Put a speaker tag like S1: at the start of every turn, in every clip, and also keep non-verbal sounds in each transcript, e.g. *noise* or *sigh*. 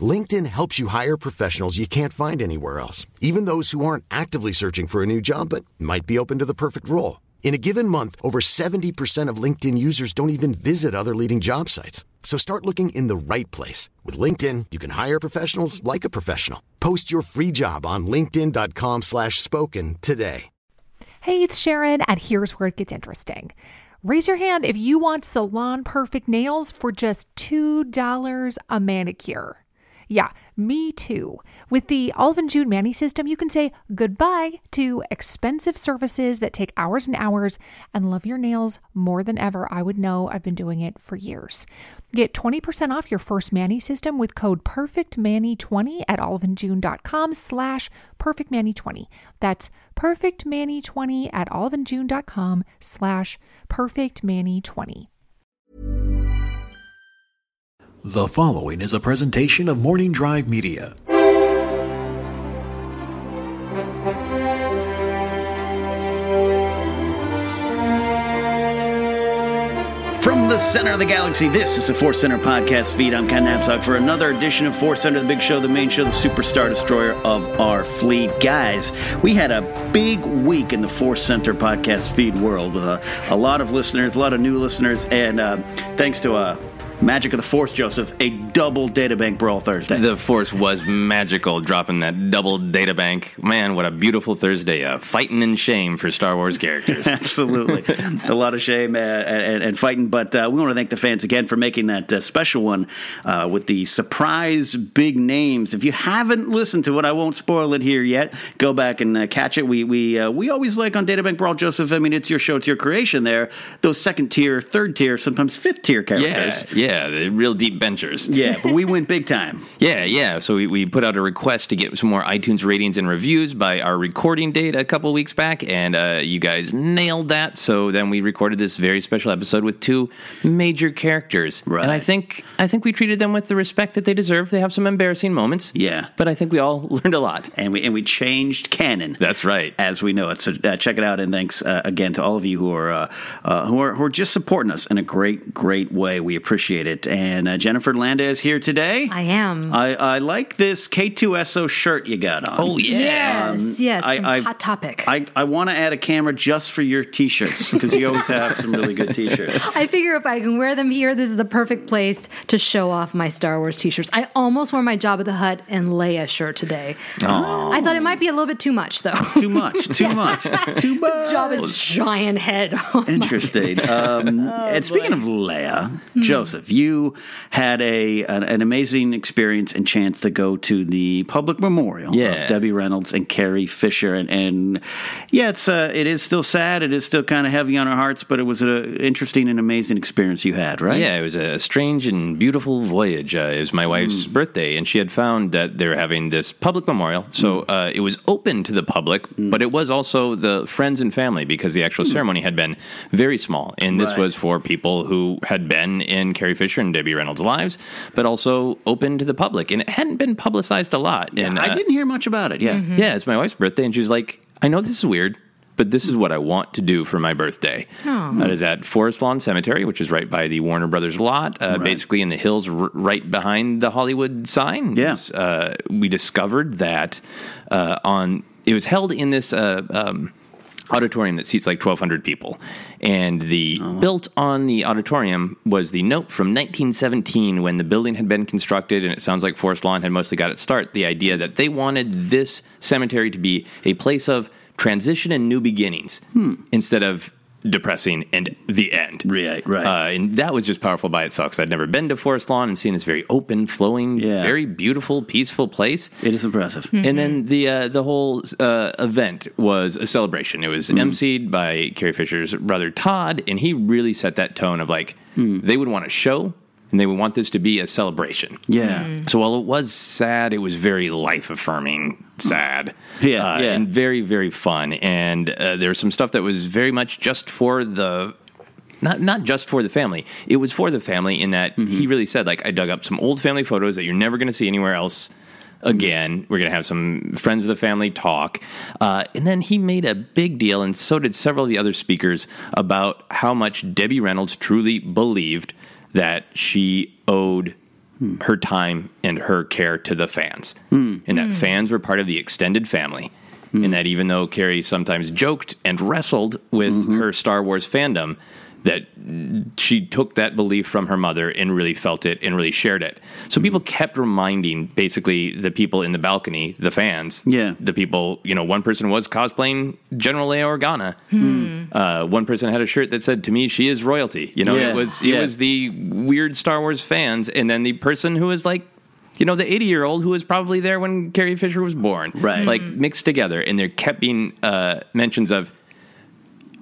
S1: LinkedIn helps you hire professionals you can't find anywhere else, even those who aren't actively searching for a new job but might be open to the perfect role. In a given month, over 70% of LinkedIn users don't even visit other leading job sites. So start looking in the right place. With LinkedIn, you can hire professionals like a professional. Post your free job on linkedin.com/spoken slash spoken today.
S2: Hey, it's Sharon, and here's where it gets interesting. Raise your hand if you want salon perfect nails for just $2 a manicure. Yeah, me too. With the Alvin June Manny system, you can say goodbye to expensive services that take hours and hours and love your nails more than ever. I would know I've been doing it for years. Get 20% off your first Manny system with code PERFECTMANNY20 at oliveandjune.com slash PERFECTMANNY20. That's PERFECTMANNY20 at oliveandjune.com slash PERFECTMANNY20.
S3: The following is a presentation of Morning Drive Media.
S4: From the center of the galaxy, this is the Force Center podcast feed. I'm Ken Napsok for another edition of Force Center, the big show, the main show, the superstar destroyer of our fleet. Guys, we had a big week in the Force Center podcast feed world with a, a lot of listeners, a lot of new listeners, and uh, thanks to uh, Magic of the Force, Joseph, a double data bank brawl Thursday.
S5: The force was magical, dropping that double data bank. Man, what a beautiful Thursday of fighting and shame for Star Wars characters.
S4: Absolutely. a lot of shame uh, and, and fighting. But uh, we want to thank the fans again for making that uh, special one uh, with the surprise big names. If you haven't listened to it, I won't spoil it here yet. Go back and uh, catch it. We we uh, we always like on Databank Brawl, Joseph. I mean, it's your show, it's your creation there. Those second tier, third tier, sometimes fifth tier
S5: yeah,
S4: characters.
S5: yeah, the real deep benchers.
S4: Yeah, but we went big time.
S5: *laughs* Yeah, yeah. So we, we put out a request to get some more iTunes ratings and reviews by our recording date a couple weeks back, and uh, you guys nailed that. So then we recorded this very special episode with two major characters,
S4: Right.
S5: and I think I think we treated them with the respect that they deserve. They have some embarrassing moments,
S4: Yeah.
S5: but I think we all learned a lot.
S4: and we and we changed canon.
S5: That's right.
S4: as we know it. So uh, check it out, and thanks uh, again to all of you who are, uh, uh, who are who are just supporting us in a great great way. We appreciate it. And uh, Jennifer Landa is here today.
S6: I am.
S4: I, I like this K2SO shirt you got on.
S5: Oh yeah.
S6: yes,
S7: Um,
S6: yes.
S4: I-
S6: from
S4: I-
S6: Hot Topic. I,
S4: I, I want to add a camera just for your t-shirts because you always have some really good t-shirts.
S6: figure if I can wear them here, this is the perfect place to show off my Star Wars t-shirts. I almost wore my Jabba the Hutt and Leia shirt today. I thought it might be a little bit too much, though.
S4: Too much, too much, too much.
S6: Jabba's giant head. on my-
S4: Interesting. Um, and speaking of Leia, Joseph, if you had a an, an amazing experience and chance to go to the public memorial
S5: Yeah.
S4: of Debbie Reynolds and Carrie Fisher, and, and yeah, it's uh, it is still sad. It is still kind of heavy on our hearts, but it was an interesting and amazing experience you had, right?
S5: Yeah, it was a strange and beautiful voyage. Uh, it was my wife's birthday, and she had found that they're having this public memorial. So uh, it was open to the public, but it was also the friends and family because the actual ceremony had been very small. And this
S4: Right.
S5: was for people who had been in Carrie Fisher and Debbie Reynolds' lives, but also open to the public. And it hadn't been publicized a lot. and
S4: I
S5: uh,
S4: didn't hear much about it. Yeah,
S5: yeah, it's my wife's birthday, and she's like, I know this is weird, but this is what I want to do for my birthday.
S4: Oh.
S5: That is at Forest Lawn Cemetery, which is right by the Warner Brothers lot, uh, basically in the hills r- right behind the Hollywood sign. Yes. Uh, we discovered that uh, on it was held in this. Uh, um, Auditorium that seats like 1,200 people. And the built on the auditorium was the note from 1917 when the building had been constructed, and it sounds like Forest Lawn had mostly got its start. The idea that they wanted this cemetery to be a place of transition and new beginnings instead of depressing and the end.
S4: Right, right.
S5: Uh, and that was just powerful by itself because I'd never been to Forest Lawn and seen this very open, flowing, very beautiful, peaceful place.
S4: It is impressive.
S5: And then the uh, the whole uh, event was a celebration. It was
S4: Mm-hmm.
S5: emceed by Carrie Fisher's brother Todd, and he really set that tone of like
S4: Mm.
S5: they would want a show. And they would want this to be a celebration.
S4: Yeah.
S5: So while it was sad, it was very life affirming sad. Yeah,
S4: yeah.
S5: And very, very fun. And uh, there was some stuff that was very much just for the not not just for the family. It was for the family in that he really said like I dug up some old family photos that you're never going to see anywhere else again. We're going to have some friends of the family talk, uh, and then he made a big deal, and so did several of the other speakers about how much Debbie Reynolds truly believed that she owed. Her time and her care to the fans, and that fans were part of the extended family, and that even though Carrie sometimes joked and wrestled with her Star Wars fandom, that she took that belief from her mother and really felt it and really shared it. So people kept reminding basically the people in the balcony, the fans,
S4: Yeah.
S5: the people, you know, one person was cosplaying General Leia Organa. Uh, one person had a shirt that said, "To me, she is royalty." You know,
S4: Yeah,
S5: it was it
S4: yeah.
S5: was the weird Star Wars fans, and then the person who was like, you know, the eighty year old who was probably there when Carrie Fisher was born, right? Like mixed together, and there kept being uh, mentions of,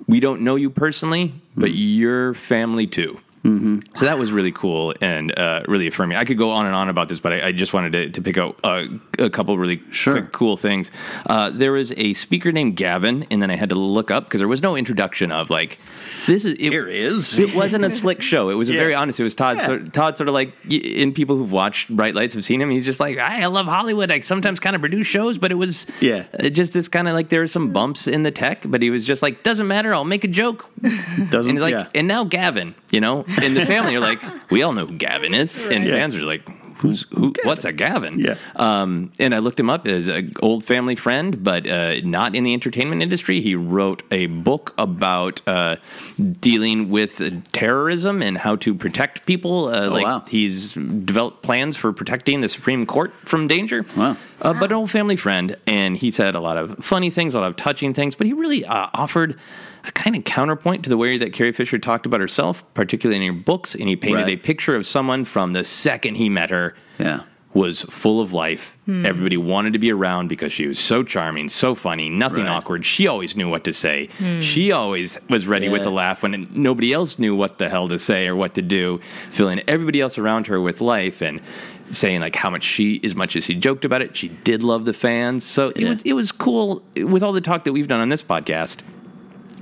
S5: "We don't know you personally, but
S4: Mm-hmm.
S5: you're family too." Mm-hmm. So that was really cool and uh, really affirming. I could go on and on about this, but I, I just wanted to, to pick out uh, a couple really quick, cool things. Uh, there was a speaker named Gavin, and then I had to look up because there was no introduction of like this is it, here is it wasn't a slick show. It
S4: *laughs*
S5: was a very honest. It was Todd. Sort, Todd sort of like y- in people who've watched Bright Lights have seen him. He's just like I, I love Hollywood. I sometimes kind of produce shows, but it was
S4: Yeah.
S5: uh, just this kind of like there were some bumps in the tech, but he was just like doesn't matter. I'll make a joke.
S4: *laughs* Doesn't
S5: And he's like,
S4: yeah.
S5: and now Gavin, you know, and the family are
S4: *laughs*
S5: like, we all know who Gavin is, and
S4: Right.
S5: fans are like, who's who? What's a Gavin? Yeah. Um, and I looked him up as an old family friend, but uh, not in the entertainment industry. He wrote a book about uh, dealing with terrorism and how to protect people. Uh, like
S4: Oh, wow.
S5: he's developed plans for protecting the Supreme Court from danger.
S4: Wow.
S5: Uh, but an old family friend, and he said a lot of funny things, a lot of touching things, but he really uh, offered a kind of counterpoint to the way that Carrie Fisher talked about herself, particularly in her books, and he painted
S4: Right.
S5: a picture of someone from the second he met her.
S4: Yeah.
S5: Was full of life. Everybody wanted to be around because she was so charming, so funny, nothing
S4: Right.
S5: awkward. She always knew what to say. She always was ready with
S4: Yeah.
S5: a laugh when nobody else knew what the hell to say or what to do, filling everybody else around her with life and saying like how much she as much as she joked about it, she did love the fans. So it was it was cool with all the talk that we've done on this podcast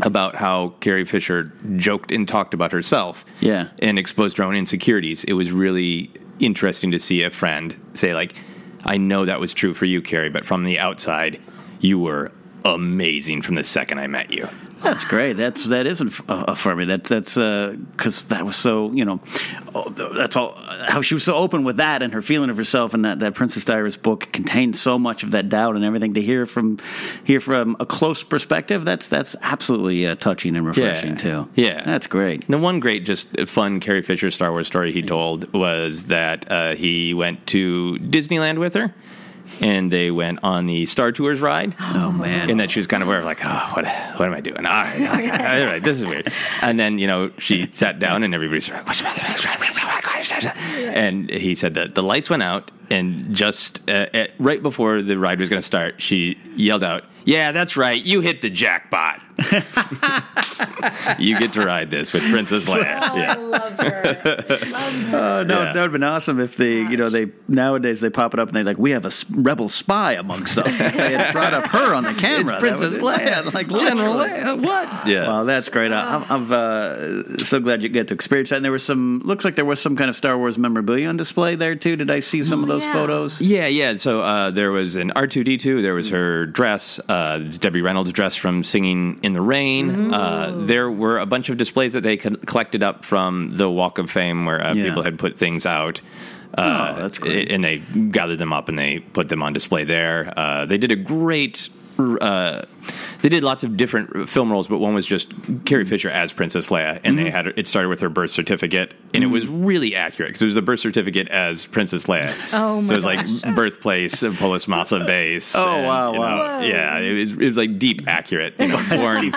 S5: about how Carrie Fisher joked and talked about herself
S4: Yeah.
S5: and exposed her own insecurities. It was really interesting to see a friend say like, "I know that was true for you, Carrie, but from the outside, you were amazing from the second I met you."
S4: That's great. That's that isn't uh, affirming. That's that's because that was so you know. oh, That's all. How she was so open with that and her feeling of herself, and that that Princess Diaries book contains so much of that doubt and everything. To hear from hear from a close perspective, that's that's absolutely uh, touching and refreshing too.
S5: Yeah,
S4: that's great.
S5: The one great, just fun Carrie Fisher Star Wars story he told was that uh, he went to Disneyland with her. And they went on the Star Tours ride. Oh man! And that she was kind of aware, of like, oh, what, what am I doing? All right, okay, all right, this is weird. And then you know she sat down, and everybody's like, "What's the matter? and he said that the lights went out, and just uh, at, right before the ride was going to start, she yelled out, "Yeah, that's right, you hit the jackpot. you get to ride this with Princess Leia." yeah.
S4: Oh no,
S5: Yeah.
S4: that would have been awesome if they, you know, they nowadays they pop it up and they're like, we have a s- rebel spy amongst *laughs* us. if they had brought up her on the camera. that
S5: Princess
S4: would-
S5: Leia,
S4: Yeah, like
S5: General
S4: literally.
S5: Leia, what? Yeah.
S4: Wow, that's great. I- I'm, I'm uh, so glad you get to experience that. And there was some, looks like there was some kind of Star Wars memorabilia on display there too. Did I see some of those photos?
S5: Yeah, yeah. So uh, there was an R two D two. There was her dress. Uh, it's Debbie Reynolds' dress from singing in the rain. Uh, there were a bunch of displays that they co- collected up from the Walk of Fame, where uh,
S4: Yeah.
S5: people had put things out. Uh, that's great. And they gathered them up and they put them on display there. Uh, they did a great. Uh, they did lots of different film roles, but one was just Carrie Fisher as Princess Leia, and they had it started with her birth certificate, and it was really accurate because it was the birth certificate as Princess Leia.
S4: Oh, my
S5: So it was
S4: gosh.
S5: like birthplace of Polis
S4: *laughs*
S5: Massa base.
S4: Oh, wow,
S5: you know,
S4: wow. Whoa.
S5: yeah, it was, it was like deep accurate. You know,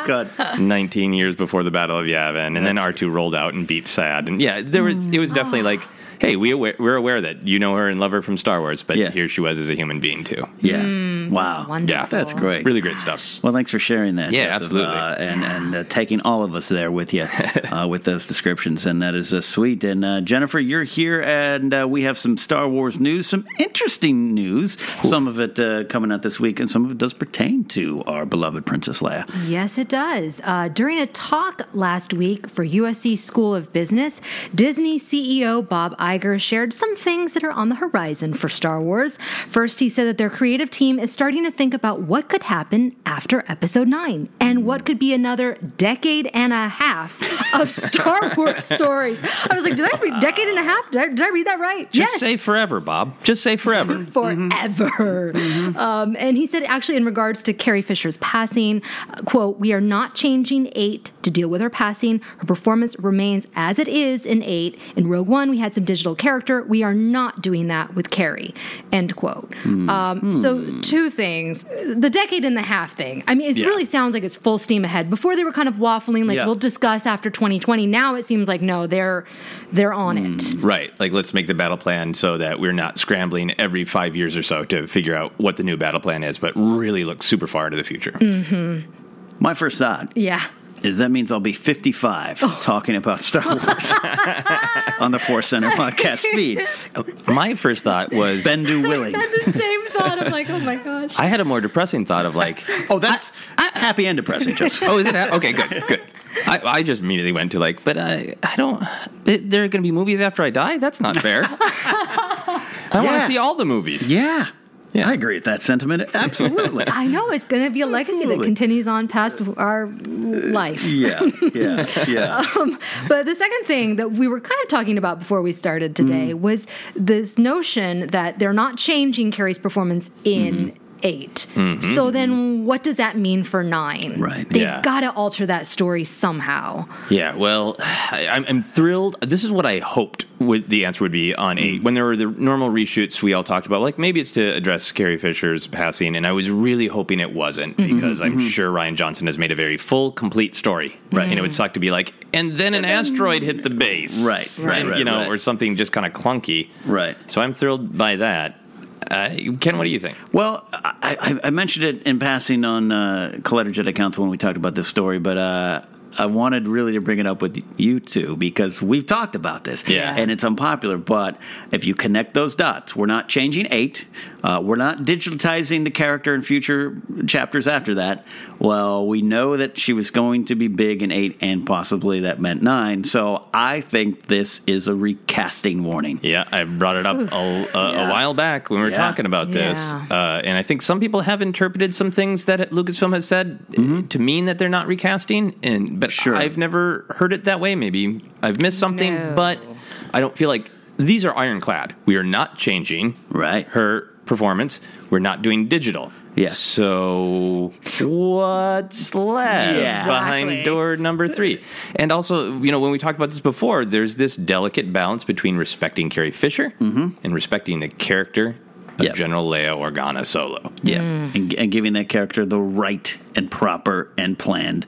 S4: *laughs*
S5: born 19 years before the Battle of Yavin, and then R two rolled out and beat Sad, and yeah, there
S4: Mm.
S5: was it was definitely like. Hey, we aware, we're aware that you know her and love her from Star Wars, but here she was as a human being too.
S4: Yeah.
S6: Mm,
S4: wow. Yeah, that's great.
S5: Really great stuff.
S4: Well, thanks for sharing that.
S5: Yeah,
S4: Joseph,
S5: absolutely.
S4: uh, and and uh, taking all of us there with you
S5: *laughs*
S4: uh, with those descriptions, and that is uh, sweet. And uh, Jennifer, you're here, and uh, we have some Star Wars news, some interesting news. Some of it uh, coming out this week, and some of it does pertain to our beloved Princess Leia.
S6: Yes, it does. Uh, during a talk last week for USC School of Business, Disney CEO Bob Iger shared some things that are on the horizon for Star Wars. First, he said that their creative team is starting to think about what could happen after Episode 9 and what could be another decade and a half of Star
S4: *laughs*
S6: Wars stories. I was like, did I read decade and a half? Did I, did I read that right?
S5: Just say forever, Bob. Just say forever.
S6: forever. Um, and he said, actually, in regards to Carrie Fisher's passing, uh, quote, we are not changing eight to deal with her passing. Her performance remains as it is in eight. In Rogue One, we had some digital character. We are not doing that with Carrie, end quote. Um,
S4: Hmm.
S6: so, two things. The decade and a half thing. I mean, it
S8: Yeah.
S6: really sounds like it's full steam ahead. Before they were kind of waffling, like,
S5: Yeah.
S6: we'll discuss after 2020. Now it seems like, no, they're, they're on it.
S5: Right. Like, let's make the battle plan so that we're not scrambling every five years or so to figure out what the new battle plan is, but really look super far into the future.
S6: Mm-hmm.
S4: My first thought
S6: Yeah. Oh.
S4: is that means I'll be 55 talking about Star
S6: *laughs*
S4: Wars on the Force Center podcast feed.
S5: My first thought was
S4: Bendu Willing.
S6: I had the same thought. I'm like, oh my gosh.
S5: I had a more depressing thought of like,
S4: oh, *laughs* that's happy and
S5: *laughs*
S4: depressing, Joseph.
S5: oh, is it? ha- Okay, good, good. I, I just immediately went to like, but I, I don't. th- There are going to be movies after I die. That's not fair. I want to see all the movies.
S4: Yeah. Yeah, I agree with that sentiment. Absolutely.
S6: I know it's going to be a legacy that
S4: Absolutely.
S6: continues on past our life.
S4: Yeah, yeah, yeah. *laughs*
S6: Um, but the second thing that we were kind of talking about before we started today was this notion that they're not changing Carrie's performance in 8
S8: Mhm.
S6: So then, what does that mean for nine?
S5: Right.
S6: They've
S5: Yeah.
S6: got to alter that story somehow.
S5: Yeah, well, *sighs* I, I'm, I'm thrilled. This is what I hoped would, the answer would be on
S4: Mm.
S5: eight. When there were the normal reshoots, we all talked about like maybe it's to address Carrie Fisher's passing, and I was really hoping it wasn't
S4: Mhm.
S5: because I'm
S4: Mhm.
S5: sure Ryan Johnson has made a very full, complete story. Right,
S4: Mm.
S5: and it would suck to be like, and then an asteroid hit the base,
S4: Right, right,
S5: And,
S4: right,
S5: you know,
S4: right.
S5: or something just kind of clunky,
S4: right?
S5: So I'm thrilled by that. Uh, Ken, what do you think?
S4: Well, I, I I mentioned it in passing on uh, Collegiate Council when we talked about this story, but uh, I wanted really to bring it up with you two because we've talked about this.
S5: Yeah.
S4: And it's unpopular, but if you connect those dots, we're not changing eight, uh, we're not digitizing the character in future chapters after that. Well, we know that she was going to be big in eight and possibly that meant nine. So I think this is a recasting warning.
S5: Yeah, I brought it up a, a,
S4: Yeah.
S5: a while back when we were
S4: Yeah.
S5: talking about this, uh, and I think some people have interpreted some things that Lucasfilm has said uh,
S4: Mm-hmm.
S5: to mean that they're not recasting, and but I've never heard it that way. Maybe I've missed something, but I don't feel like these are ironclad. We are not changing
S4: right
S5: her performance. We're not doing digital.
S4: Yeah.
S5: So what's left
S4: Yeah.
S5: behind
S4: Exactly.
S5: door number three? And also, you know, when we talked about this before, there's this delicate balance between respecting Carrie Fisher
S4: Mm-hmm.
S5: and respecting the character of General Leia Organa Solo.
S4: Mm. Yeah, and, and giving that character the right and proper and planned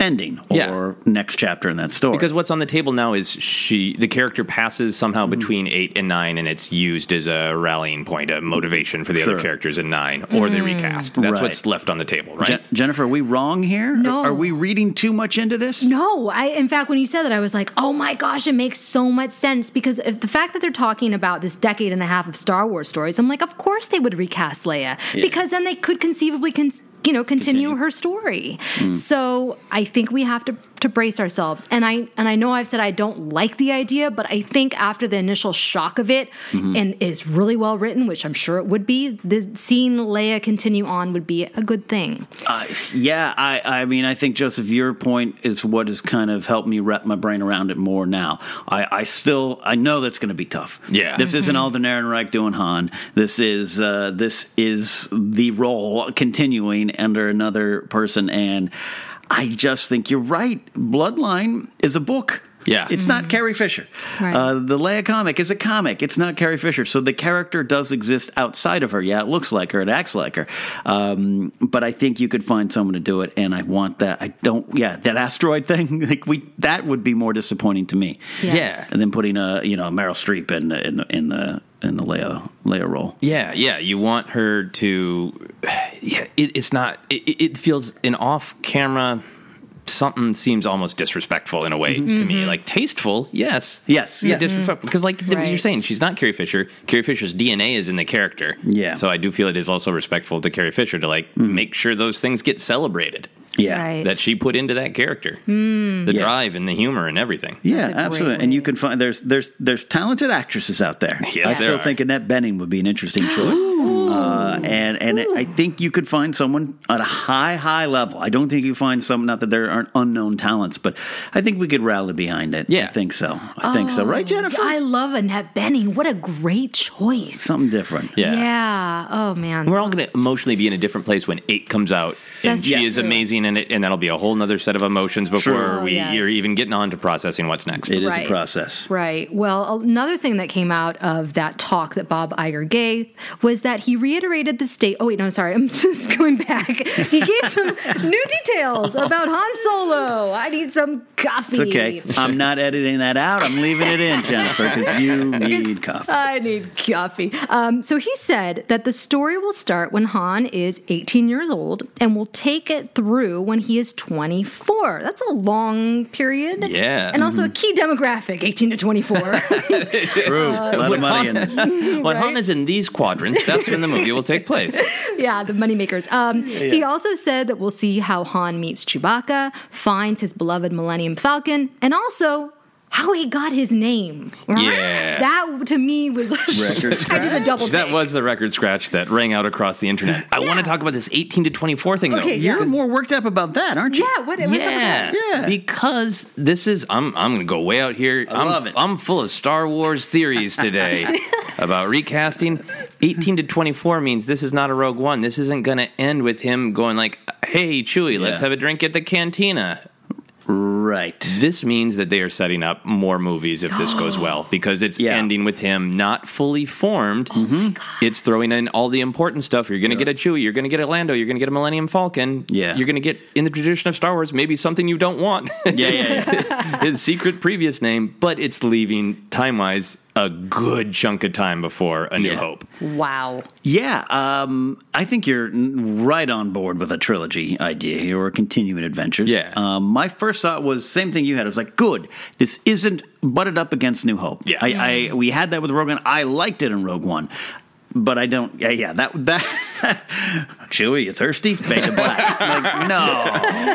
S4: ending or next chapter in that story.
S5: Because what's on the table now is she, the character passes somehow
S4: Mm-hmm.
S5: between eight and nine, and it's used as a rallying point, a motivation for the
S4: Sure.
S5: other characters in nine, or they
S4: Mm.
S5: recast. That's
S4: Right.
S5: what's left on the table, right?
S4: Je- Jennifer, are we wrong here?
S6: No.
S4: Are, are we reading too much into this?
S6: No, I in fact when you said that I was like, "Oh my gosh, it makes so much sense because if the fact that they're talking about this decade and a half of Star Wars stories, I'm like, of course they would recast Leia
S8: Yeah.
S6: because then they could conceivably con- you know continue, her story.
S8: Mm.
S6: So, I think we have to to brace ourselves. And I and I know I've said I don't like the idea, but I think after the initial shock of it
S8: Mhm.
S6: and is really well written, which I'm sure it would be, the seeing Leia continue on would be a good thing.
S4: Uh, yeah, I, I mean, I think Joseph, your point is what has kind of helped me wrap my brain around it more now. I, I still, I know that's going to be tough.
S5: Yeah.
S4: this isn't
S5: Mhm.
S4: Alden Ehrenreich doing Han. This is uh, this is the role continuing under another person, and I just think you're right. Bloodline is a book.
S5: Yeah.
S4: It's not Carrie Fisher.
S5: Right.
S4: Uh, the Leia comic is a comic. It's not Carrie Fisher. So the character does exist outside of her. Yeah, it looks like her. It acts like her. Um, but I think you could find someone to do it. And I want that. I don't. Yeah, that asteroid thing. *laughs* Like we, that would be more disappointing to me.
S5: Yes.
S4: And then putting a you know Meryl Streep in the- in the in the in the Leia Leia role.
S5: Yeah, yeah. You want her to. Yeah, it, it's not. It, it feels an off camera. Something seems almost disrespectful in a way to me.
S4: Mhm.
S5: Like tasteful, yes,
S4: yes,
S5: yeah,
S4: yes.
S5: disrespectful. Because like the- you're
S4: Right.
S5: saying, she's not Carrie Fisher. Carrie Fisher's DNA is in the character.
S4: Yeah. Mm-hmm.
S5: So I do feel it is also respectful to Carrie Fisher to like make sure those things get celebrated.
S4: Yeah.
S6: Right.
S5: That she put into that character,
S6: Mm.
S5: the
S4: Yeah.
S5: drive and the humor and everything.
S4: Yeah, absolutely. And you can find there's there's there's talented actresses out there.
S5: Yes,
S4: I
S5: there
S4: still
S5: are.
S4: think Annette Benning would be an interesting choice. Uh, and and I think you could find someone at a high high level. I don't think you find some. Not that there aren't unknown talents, but I think we could rally behind it. Yeah, I think so. I think so. Right, Jennifer?
S6: I love Annette Benning. What a great choice.
S4: Something different.
S6: Yeah. Oh man.
S5: We're all going to emotionally be in a different place when eight comes out, and
S6: That's
S5: she
S6: true.
S5: is amazing in it, and that'll be a whole nother set of emotions before
S4: True.
S5: we
S6: Oh,
S5: you're even getting on to processing what's next.
S4: It
S6: is a Right.
S4: process.
S6: Right. Well, another thing that came out of that talk that Bob Iger gave was that he reiterated the state. Oh wait, no, sorry, I'm *laughs* just going back. He gave some new
S4: *laughs*
S6: details about Han Solo. I need some
S4: It's
S6: coffee.
S4: okay. *laughs* I'm not editing that out. I'm leaving it in, Jennifer, because
S6: *laughs*
S4: you need coffee.
S6: I need coffee. Um, so he said that the story will start when Han is 18 years old and will take it through when he is 24. That's a long period.
S5: Yeah.
S6: And also a
S4: Mm-hmm.
S6: key demographic 18 to 24.
S5: True.
S6: Uh,
S5: when
S6: money
S5: Han,
S6: *laughs* in.
S5: when
S6: Right?
S5: Han is in these quadrants, that's when the movie will take place.
S6: *laughs* yeah, the moneymakers. Um, He
S5: Yeah.
S6: also said that we'll see how Han meets Chewbacca, finds his beloved Millennium Falcon, and also how he got his name.
S5: Yeah.
S6: That to me was *laughs* I did a double
S5: That was the record scratch that rang out across the internet. I want to talk about this 18 to 24 thing, though.
S4: Okay, you're more worked up about that, aren't you?
S6: Yeah. What,
S5: yeah. because this is I'm I'm gonna go way out here. I am
S4: love it.
S5: I'm full of Star Wars theories today about recasting. 18 to 24 means this is not a Rogue One. This isn't gonna end with him going like, "Hey Chewie, let's
S4: Yeah.
S5: have a drink at the cantina."
S4: Right.
S5: This means that they are setting up more movies if this *gasps* goes well because it's ending with him not fully formed. Mm-hmm. It's throwing in all the important stuff. You're going to get a Chewie, you're going to get a Lando, you're going to get a Millennium Falcon. Yeah. You're going to get, in the tradition of Star Wars, maybe something you don't want. *laughs* yeah, yeah. *laughs* His secret previous name, but it's leaving time wise a good chunk of time before A New Hope.
S6: Wow.
S4: Yeah, um, I think you're n- right on board with a trilogy idea here or continuing adventures. Yeah. Um, my first thought was same thing you had. I was like, good, this isn't butted up against New Hope. Yeah. I, I we had that with Rogue One. I liked it in Rogue One. But I don't. Yeah, yeah. That that. *laughs* Chewy, you thirsty? *laughs* Fade to black. like, no.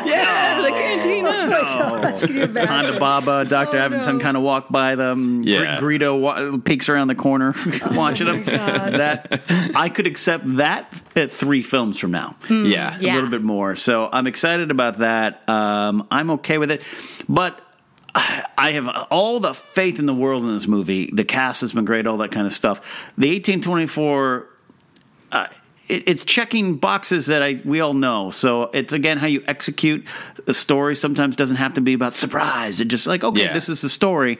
S5: Yeah, the cantina.
S4: Honda Baba, Doctor Evanson kind of walk by them.
S5: Yeah.
S4: Gre- Greedo wa- peeks around the corner, *laughs* watching
S5: Oh my
S4: them.
S5: gosh.
S4: That I could accept that at three films from now.
S5: Mm, Yeah.
S4: a
S5: yeah.
S4: little bit more. So I'm excited about that. Um, I'm okay with it, but. I have all the faith in the world in this movie. The cast has been great, all that kind of stuff. The 1824 uh, it, it's checking boxes that I we all know. So it's again how you execute a story. Sometimes doesn't have to be about surprise. It just like okay,
S5: Yeah.
S4: this is the story.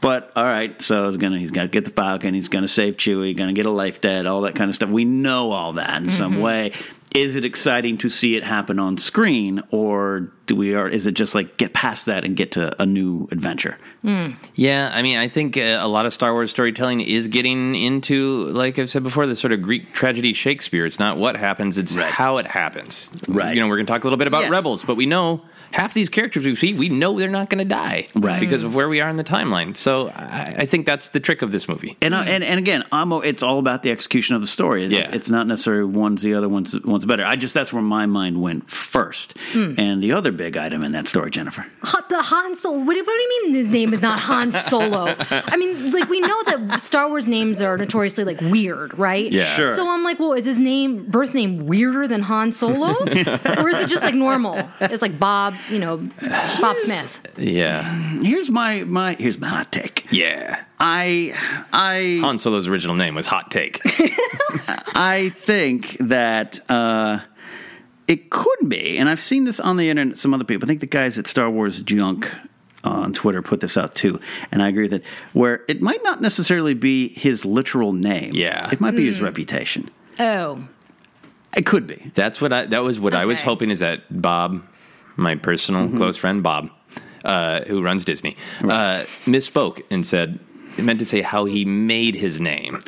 S4: But all right, so he's gonna he's gonna get the
S6: Mm-hmm.
S4: Falcon. He's gonna save Chewie. Gonna get a life debt. All that kind of stuff. We know all that in some way. is it exciting to see it happen on screen or do we are is it just like get past that and get to a new adventure
S6: Mm.
S5: Yeah, I mean, I think uh, a lot of Star Wars storytelling is getting into, like I've said before, the sort of Greek tragedy Shakespeare. It's not what happens, it's how it happens. Right. You know, we're going to talk a little bit about
S4: Yes.
S5: Rebels, but we know half these characters we see, we know they're not going to die. Right. Because of where we are in the timeline. So I, I think that's the trick of this movie.
S4: and, I and and again I'm, o- it's all about the execution of the story it's, it's not necessarily one's the other one's one's better i just that's where my mind went first
S6: Mm.
S4: and the other big item in that story jennifer
S6: Ha- the Han Solo. What, do- what do you mean his name is not Han Solo? I mean, like we know that Star Wars names are notoriously like weird, right?
S4: Yeah. Sure.
S6: So I'm like, well, is his name birth name weirder than Han Solo, or is it just like normal? It's like Bob, you know, Bob Smith.
S5: Yeah.
S4: Here's my my here's my hot take.
S5: Yeah.
S4: I I
S5: Han Solo's original name was Hot
S4: *laughs*
S5: Take.
S4: I think that uh, it could be, and I've seen this on the internet. Some other people, I think the guys at Star Wars Junk on Twitter put this out too, and I agree with it. Where it might not necessarily be his literal name. Yeah, it might be his
S6: Mm.
S4: reputation.
S6: Oh,
S4: It could be.
S5: That's what I. That was what I was hoping. Is that Bob, my personal close friend Bob, uh, who runs Disney, uh, misspoke and said it meant to say how he made his name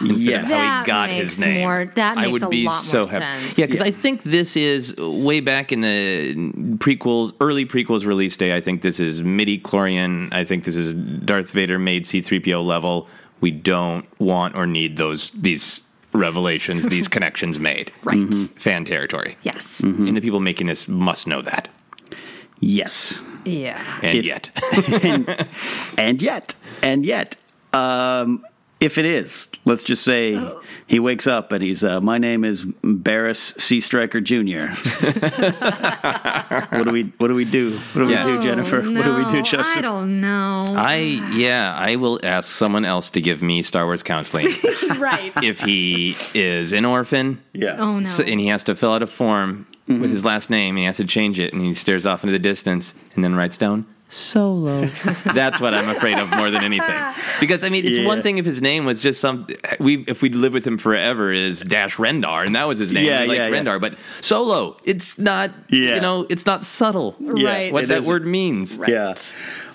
S5: instead
S6: Yes.
S5: of how
S6: That
S5: he got
S6: makes
S5: his name.
S6: more- that
S5: I
S6: makes
S5: would
S6: a
S5: be
S6: lot more
S5: so happy.
S6: sense.
S5: Yeah, because
S6: Yeah.
S5: I think this is way back in the prequels, early prequels release day. I think this is midi chlorian. I think this is Darth Vader made C three PO level. We don't want or need those these revelations,
S6: *laughs*
S5: these connections made.
S6: Right.
S4: Mm-hmm.
S5: Fan territory.
S6: Yes.
S5: And the people making this must know that.
S4: Yes.
S6: yeah.
S5: And
S4: If-
S5: yet.
S4: and, and yet, and yet, um, if it is, let's just say he wakes up and he's, uh, my name is Barris C. Striker Jr. what do we, what do we do? What do
S5: Yeah.
S4: we do, Jennifer?
S6: Oh,
S4: What do we do,
S6: no,
S4: Justin?
S6: I don't know.
S5: I yeah, I will ask someone else to give me Star Wars counseling
S6: *laughs* right.
S5: if he is an orphan. Yeah.
S6: Oh, no.
S5: and he has to fill out a form
S4: Mm-hmm.
S5: with his last name and he has to change it and he stares off into the distance and then writes down
S6: *laughs*
S5: solo. That's what I'm afraid of more than anything. Because I mean, it's
S4: Yeah.
S5: one thing if his name was just some we if we'd live with him forever is Dash Rendar and that was his name.
S4: Yeah,
S5: Yeah, like
S4: yeah, yeah.
S5: Rendar, but solo. It's not
S4: Yeah.
S5: you know, it's not subtle.
S4: Yeah, Right.
S5: What
S4: it
S5: that
S4: isn't.
S5: word means.
S4: Yeah.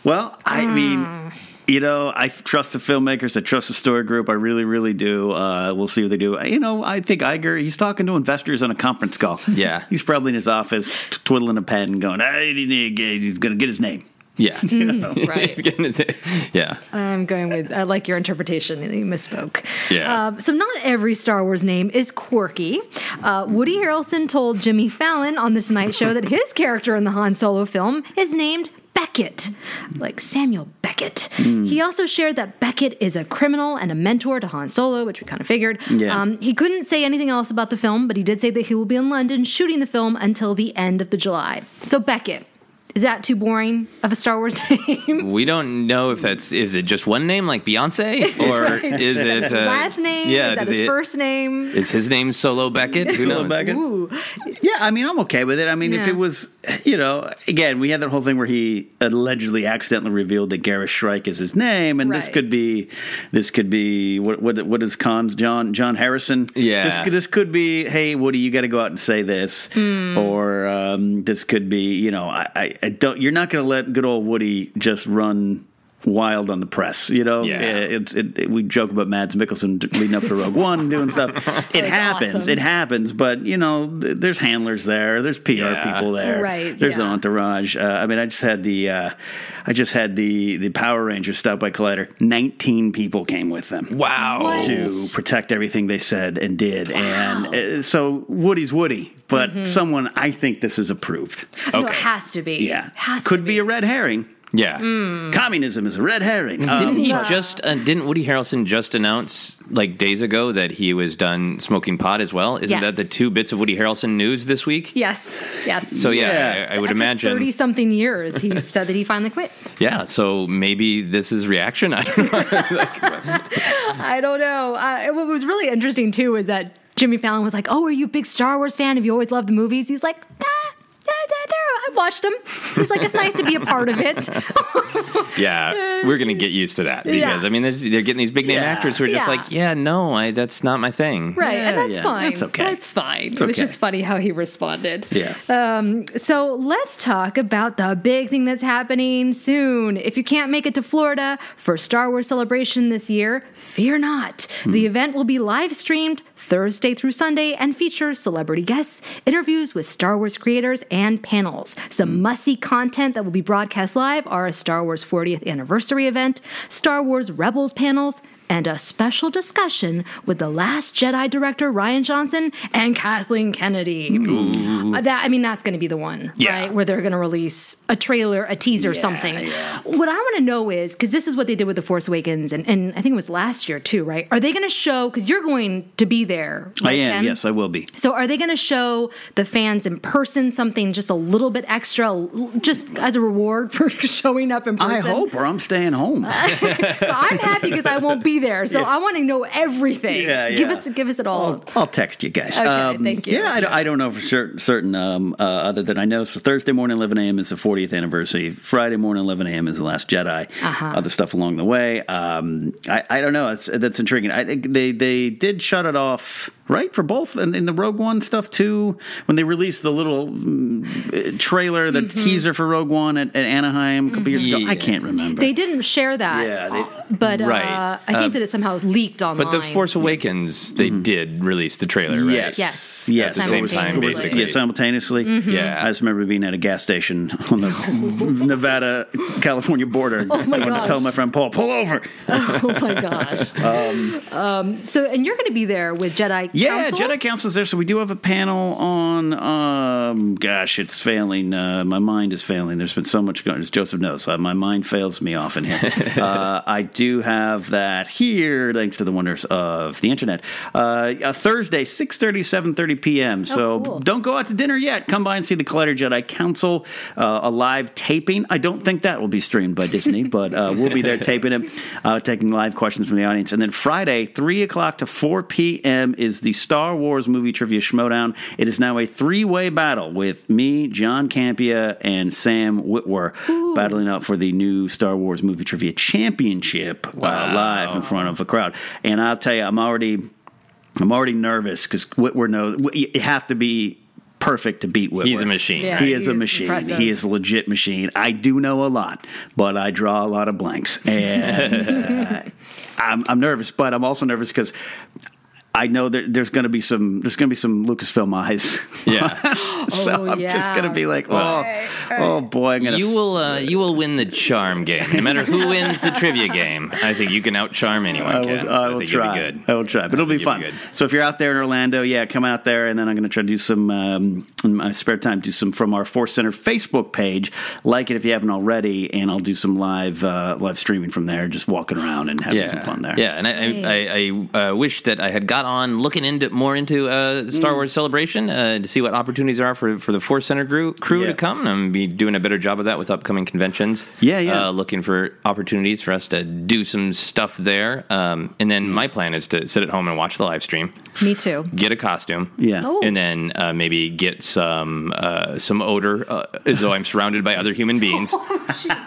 S4: Well, I mean, you know, I f- trust the filmmakers. I trust the story group. I really, really do. Uh, we'll see what they do. *laughs* You know, I think Iger, he's talking to investors on a conference call.
S5: Yeah.
S4: He's probably in his office t- twiddling a pen going, I need to get- he's going to get his name. *laughs*
S5: Yeah. *laughs*
S6: right.
S5: He's getting it. yeah.
S6: I'm going with, I like your interpretation. You misspoke.
S5: Yeah.
S6: Um, so, not every Star Wars name is quirky. Uh, Woody Harrelson told Jimmy Fallon on The Tonight Show that his character in the Han Solo film is named Beckett, like Samuel Beckett.
S4: Hmm.
S8: Mm.
S6: He also shared that Beckett is a criminal and a mentor to Han Solo, which we kind of figured.
S8: Yeah.
S6: Um, he couldn't say anything else about the film, but he did say that he will be in London shooting the film until the end of the July. So, Beckett. Is that too boring of a Star Wars *laughs* name?
S5: We don't know if that's is it just one name like
S6: *laughs*
S5: Beyonce or
S6: Right.
S5: is it uh,
S6: last name? is that
S5: does
S6: his
S5: it-
S6: first name?
S5: Is his name Solo Beckett? Who
S4: Solo
S5: knows?
S4: Beckett. Yeah, I mean, I'm okay with it. I mean, if
S6: Yeah.
S4: it was, you know, again, we had that whole thing where he allegedly accidentally revealed that Gareth Shrike is his name, and this
S6: Right.
S4: could be, this could be what what what is Khan's John John Harrison?
S5: Yeah.
S4: this, this could be. Hey, Woody, you got to go out and say this,
S5: Hmm.
S4: or um, this could be. You know, I, I, I don't. You're not going to let good old Woody just run. Wild on the press, you know.
S5: Yeah.
S4: It, it, it- we joke about Mads Mikkelsen leading up to Rogue One, and doing
S6: *laughs*
S4: stuff. It
S6: That's
S4: happens.
S6: awesome.
S4: It happens. But you know, th- there's handlers there. There's PR
S5: Yeah.
S4: people there.
S6: Right,
S4: There's
S6: yeah.
S4: an entourage. Uh, I mean, I just had the, uh, I just had the the Power Rangers stop by Collider. Nineteen people came with them.
S5: Wow. What?
S4: To protect everything they said and did, and uh, so Woody's Woody, but
S6: Mhm.
S4: someone I think this is approved.
S6: No, it has to be.
S4: Yeah.
S6: Has
S4: Could be. a red herring.
S5: Yeah.
S6: Hmm. Mm.
S4: Communism is a red herring. Um,
S5: Didn't he
S4: but-
S5: just uh, didn't Woody Harrelson just announce like days ago that he was done smoking pot as well? Isn't
S6: Yes.
S5: that the two bits of Woody Harrelson news this week?
S6: Yes. Yes.
S5: So yeah, I, I would imagine.
S6: Thirty something years,
S5: *laughs*
S6: he said that he finally quit.
S5: Yeah, so maybe this is reaction. *laughs* I don't know.
S6: I don't know. Uh, what was really interesting too is that Jimmy Fallon was like, "Oh, are you a big Star Wars fan? Have you always loved the movies?" He's like, ah, yeah, yeah, they're- I've watched them. He's like, it's nice to be a part of it.
S5: yeah, we're gonna get used to that because
S6: Yeah.
S5: I mean they're, they're getting these big name actors who are just
S6: Yeah.
S5: like, yeah, no, I, that's not my thing.
S6: Right, and that's
S5: Yeah,
S6: fine.
S5: That's okay.
S6: That's fine.
S5: It's
S6: It was
S5: okay.
S6: just funny how he responded.
S5: Yeah.
S6: Um, so let's talk about the big thing that's happening soon. If you can't make it to Florida for Star Wars Celebration this year, fear not.
S5: Hmm.
S6: The event will be live streamed Thursday through Sunday and feature celebrity guests, interviews with Star Wars creators, and panels. Some must see content that will be broadcast live are a Star Wars 40th anniversary event, Star Wars Rebels panels, and a special discussion with the last Jedi director Ryan Johnson and Kathleen Kennedy.
S8: Ooh.
S6: Uh, That I mean, that's going to be the one, right? Where they're going to release a trailer, a teaser, something. What I want to know is because this is what they did with the Force Awakens, and, and I think it was last year too, right? Are they going to show? Because you're going to be there.
S4: I
S6: right,
S4: am.
S6: Ken?
S4: Yes, I will be.
S6: So are they going to show the fans in person something just a little bit extra, l- just as a reward for *laughs* showing up in person?
S4: I hope, or I'm staying home.
S6: I'm happy because I won't be there, so
S4: Yeah.
S6: I want to know everything.
S4: Yeah,
S6: Give
S4: yeah.
S6: us, give us it all.
S4: I'll text you guys. Um,
S6: Okay, thank you.
S4: Yeah, I, don't- I don't know for certain, certain um, uh, other than I know. So Thursday morning, 11 a.m. is the 40th anniversary. Friday morning, 11 a.m. is the Last Jedi.
S6: Uh-huh.
S4: Other stuff along the way. Um, I, I don't know. It's, that's intriguing. I think they they did shut it off right for both and in the Rogue One stuff too when they released the little mm, uh, trailer, the teaser for Rogue One at, at Anaheim a couple years ago. I can't remember.
S6: They didn't share that.
S4: Yeah, they-
S6: but uh,
S5: Right.
S6: I think
S5: Um,
S6: that it somehow leaked online.
S5: But
S6: *laughs*
S5: the Force Awakens, they did release the trailer, right?
S4: Mm-hmm. Yes.
S6: Yes.
S4: Yes,
S5: At the same time,
S4: Simultaneously.
S5: basically.
S4: Yeah, simultaneously.
S6: Mhm.
S5: Yeah.
S4: I just remember being at a gas station on the Nevada California border.
S6: Oh my
S4: I wanted to
S6: gosh.
S4: tell my friend Paul, pull over.
S6: oh
S4: *laughs*
S6: my gosh.
S4: Um,
S6: Um, so, and you're going to be there with Jedi
S4: yeah,
S6: Council.
S4: Jedi Council's there. So we do have a panel on. Um, gosh, it's failing. Uh, my mind is failing. There's been so much going. As Joseph knows, uh, my mind fails me often here. uh, I do have that here, thanks to the wonders of the internet. Uh, a Thursday, 6.30, 7.30 p.m. So don't go out to dinner yet. Come by and see the Collider Jedi Council, uh, a live taping. I don't think that will be streamed by Disney, but uh, we'll be there taping it, uh, taking live questions from the audience. And then Friday, 3 o'clock to 4 p.m. is the Star Wars Movie Trivia Schmodown. It is now a three way battle with me, John Campia, and Sam Whitwer battling out for the new Star Wars Movie Trivia Championship uh, live in front of a crowd. And I'll tell you, I'm already. I'm already nervous because Whitwer knows you have to be perfect to beat Whitwer.
S5: He's a machine, Yeah,
S4: he
S5: right?
S4: is a
S5: he's
S4: machine.
S5: impressive.
S4: He is a legit machine. I do know a lot, but I draw a lot of blanks, and uh, I'm, I'm nervous. But I'm also nervous because. I know there, there's going to be some there's going to be some Lucasfilm eyes.
S5: *laughs* Yeah.
S4: *laughs* so I'm just
S5: yeah.
S4: going to be like, oh,
S5: Well-
S4: oh boy, I'm going
S5: You will uh, you will win the charm game. No matter who wins the trivia game, I think you can outcharm anyone.
S4: I will,
S5: Ken. So
S4: I will
S5: think
S4: try.
S5: You'll be good.
S4: I will try, but it'll be
S5: you'll
S4: fun.
S5: be good.
S4: So if you're out there in Orlando, yeah, come out there, and then I'm going to try to do some um, in my spare time, do some from our Force Center Facebook page. Like it if you haven't already, and I'll do some live uh, live streaming from there, just walking around and having some fun there.
S5: Yeah, and I, I, I, I uh, wish that I had got on looking into more into uh, Star
S4: Mm.
S5: Wars Celebration uh, to see what opportunities there are for, for the Force Center crew, crew to come. And I'm gonna be doing a better job of that with upcoming conventions.
S4: Yeah, yeah.
S5: Uh, looking for opportunities for us to do some stuff there. Um, and
S4: Mm.
S5: then my plan is to sit at home and watch the live stream.
S6: Me too.
S5: Get a costume,
S4: Yeah. Oh.
S5: and then uh, maybe get some uh, some odor, uh, as though I'm surrounded by other human *laughs* beings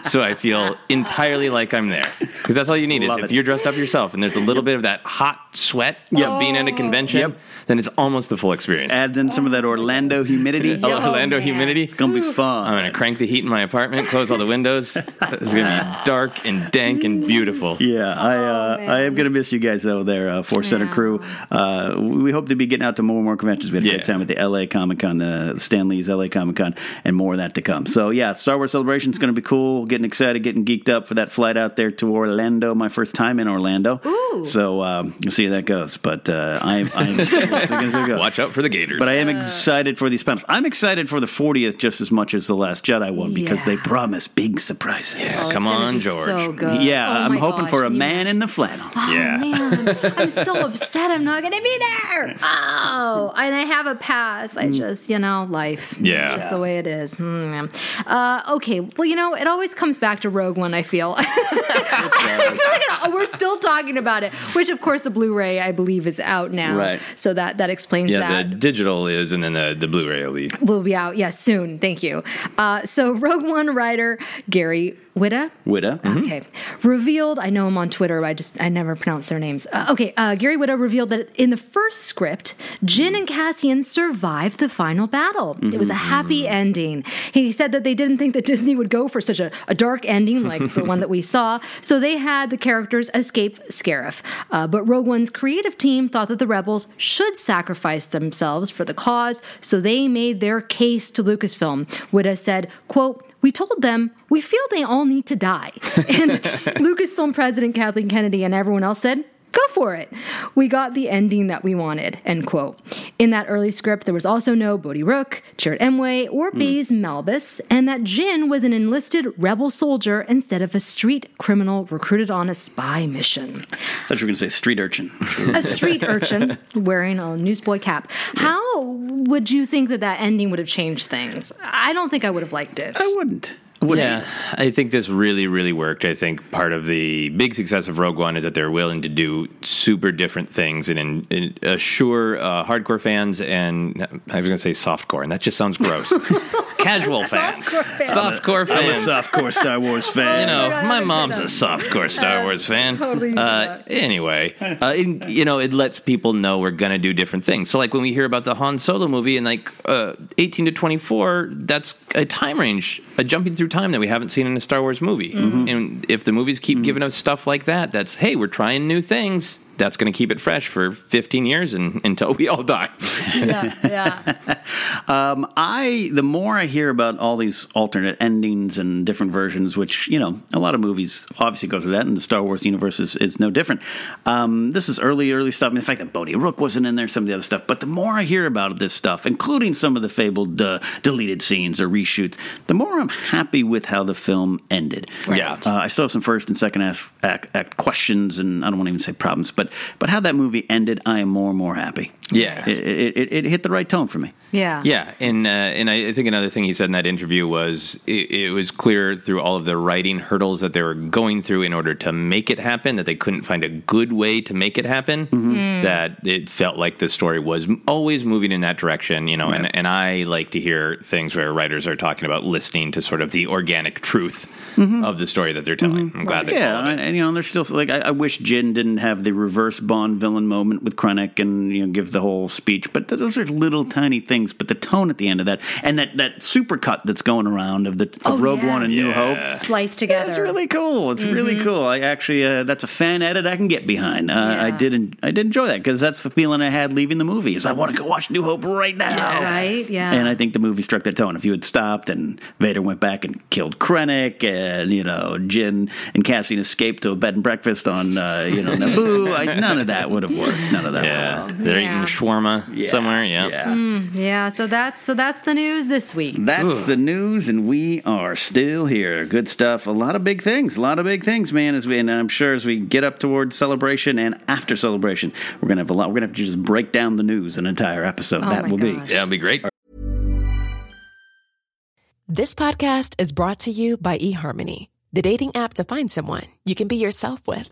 S5: so I feel entirely like I'm there. Because that's all you need
S4: Love
S5: is if
S4: it.
S5: you're dressed up yourself and there's a little bit of that hot sweat
S4: Yep.
S5: of being at a convention, then it's almost the full experience.
S4: Add in some of that Orlando humidity.
S5: *laughs* Orlando humidity. It's
S4: gonna be fun.
S5: I'm gonna crank the heat in my apartment, close all the windows. It's gonna be dark and dank and beautiful.
S4: Yeah, I uh, I am gonna miss you guys though there, uh, Force Center crew. Uh, we hope to be getting out to more and more conventions. We had a
S5: Yeah. *laughs*
S4: great time at the LA Comic Con, the Stanley's LA Comic Con, and more of that to come. So yeah, Star Wars Celebration is gonna be cool. Getting excited, getting geeked up for that flight out there to Orlando. My first time in Orlando. Ooh. So um, we'll see how that goes. But uh, I am. I am
S5: Watch out for the gators.
S4: But I am excited for these panels. I'm excited for the 40th just as much as the Last Jedi one because they promise big surprises.
S5: Oh, come it's gonna on, be George. so
S6: Mm.
S5: good.
S4: Yeah,
S5: Oh
S4: I'm
S5: my
S4: hoping
S5: gosh,
S4: for a
S5: can you
S4: man in the flannel.
S5: yeah.
S6: Oh,
S5: *laughs*
S6: I'm so upset I'm not going to be there. Oh, and I have a pass. I just, you know, life.
S5: Mm. Yeah.
S6: It's just Mm. the way it is. Hmm. Uh, okay. Well, you know, it always comes back to Rogue One, I feel. *laughs* We're gonna- we're still talking about it, which of course the Blu-ray I believe is out now.
S5: Right.
S6: So that that explains
S5: yeah,
S6: that.
S5: the digital is, and then the, the Blu-ray will be.
S6: Will be out, yeah, soon. Thank you. Uh, so, Rogue One writer Gary Whitta
S5: Witta. Mhm.
S6: Okay. Revealed, I know him on Twitter, but I just, I never pronounce their names. Uh, okay. Uh, Gary Widow revealed that in the first script, Jin and Cassian survived the final battle. It was a
S4: Mm-hmm.
S6: happy ending. He said that they didn't think that Disney would go for such a, a dark ending like the one that
S4: *laughs*
S6: we saw, so they had the characters escape Scarif. Uh, but Rogue One's creative team thought that the rebels should sacrifice themselves for the cause, so they made their case to Lucasfilm. Witta said, quote, we told them we feel they all need to die. *laughs* And Lucasfilm president Kathleen Kennedy and everyone else said, go for it. We got the ending that we wanted, end quote. In that early script, there was also no Bodhi Rook, Jared Emway, or Baze Malbus, and that Jin was an enlisted rebel soldier instead of a street criminal recruited on a spy mission
S4: thought you were going to say street urchin.
S6: a street urchin wearing a newsboy cap. How would you think that that ending would have changed things? I don't think I would have liked it. I
S4: wouldn't.
S5: yeah, I think this really, really worked. I think part of the big success of Rogue One is that they're willing to do super different things and, in, in, assure uh, hardcore fans and I was going to say softcore, and that just sounds *laughs* gross. Casual fans, softcore
S4: I'm a
S5: fans,
S4: softcore Star Wars fan.
S5: You know,
S4: Oh,
S5: my
S4: I
S5: mom's a
S4: did
S5: softcore Star Wars fan.
S4: *laughs* totally knew
S5: uh, anyway, uh, it, you know, it lets people know we're gonna do different things. So, like when we hear about the Han Solo movie in like uh, eighteen to twenty four, that's a time range, a jumping through time that we haven't seen in a Star Wars movie.
S4: Mhm.
S5: And if the movies
S4: Mm-hmm.
S5: keep giving us stuff like that, that's hey, we're trying new things. That's going to keep it fresh for 15 years and, *laughs* until we all die.
S6: Yeah, yeah.
S4: *laughs* Um, I the more I hear about all these alternate endings and different versions, which you know a lot of movies obviously go through that, and the Star Wars universe is, is no different. Um, this is early, early stuff. I mean, the fact that Bodhi Rook wasn't in there, some of the other stuff. But the more I hear about this stuff, including some of the fabled uh, deleted scenes or reshoots, the more I'm happy with how the film ended.
S5: Yeah.
S4: Uh, I still have some first and second act, act, act questions, and I don't want to even say problems, but but how that movie ended, I am more and more happy.
S5: Yeah.
S4: it, it, it, it hit the right tone for me.
S6: Yeah.
S5: Yeah, and uh, and I I think another thing he said in that interview was it, it was clear through all of the writing hurdles that they were going through in order to make it happen that they couldn't find a good way to make it happen.
S4: Mm.
S5: That it felt like the story was m- always moving in that direction, you know. And and I like to hear things where writers are talking about listening to sort of the organic truth of the story that they're telling. I'm glad. They
S4: Mm-hmm. yeah, and, and, you know, there's still like I, I wish Jin didn't have the reverse Bond villain moment with Krennic and you know give the whole speech, but th- those are little tiny things. But the tone at the end of that, and that that supercut that's going around of the of
S6: Oh,
S4: Rogue One and
S6: yes.
S4: New Hope,
S5: Yeah.
S6: Spliced together.
S4: That's really cool. It's
S6: Mm-hmm.
S4: really cool. I actually uh, that's a fan edit I can get behind. Uh, I did en- I did enjoy that because that's the feeling I had leaving the movie. Is I want to go watch New Hope right now.
S6: Right? Yeah.
S4: And I think the movie struck that tone. If you had stopped and Vader went back and killed Krennic, and you know Jin and Cassian escaped to a bed and breakfast on uh, you know Naboo, I, none of that would have worked. None of that.
S5: Yeah.
S4: would have worked.
S5: They're
S6: Oh, Yeah.
S5: eating shawarma somewhere. Yeah.
S6: Mm, yeah, so that's so that's the news this week.
S4: That's the news, and we are still here. Good stuff. A lot of big things. A lot of big things, man. As we and I'm sure as we get up towards celebration and after celebration, we're gonna have a lot. We're gonna have to just break down the news an entire episode.
S8: Oh
S4: that
S8: my
S4: will
S8: gosh.
S4: be.
S5: Yeah, it'd be great.
S8: This podcast is brought to you by eHarmony, the dating app to find someone you can be yourself with.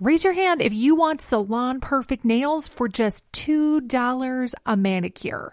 S2: Raise your hand if you want salon perfect nails for just $2 a manicure.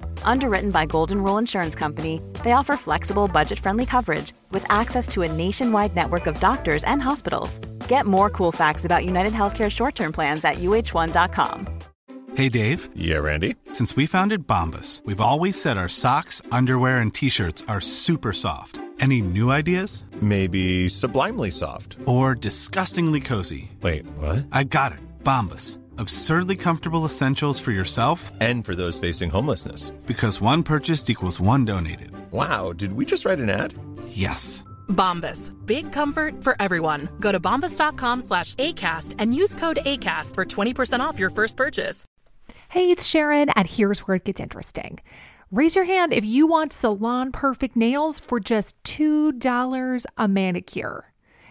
S9: Underwritten by Golden Rule Insurance Company, they offer flexible, budget friendly coverage with access to a nationwide network of doctors and hospitals. Get more cool facts about United Healthcare short term plans at uh1.com.
S10: Hey, Dave.
S11: Yeah, Randy.
S10: Since we founded Bombus, we've always said our socks, underwear, and t shirts are super soft. Any new ideas?
S11: Maybe sublimely soft.
S10: Or disgustingly cozy.
S11: Wait, what?
S10: I got it. Bombus. Absurdly comfortable essentials for yourself
S11: and for those facing homelessness.
S10: Because one purchased equals one donated.
S11: Wow, did we just write an ad?
S10: Yes.
S12: Bombas. Big comfort for everyone. Go to bombas.com slash ACAST and use code ACAST for 20% off your first purchase.
S2: Hey, it's Sharon, and here's where it gets interesting. Raise your hand if you want salon perfect nails for just $2 a manicure.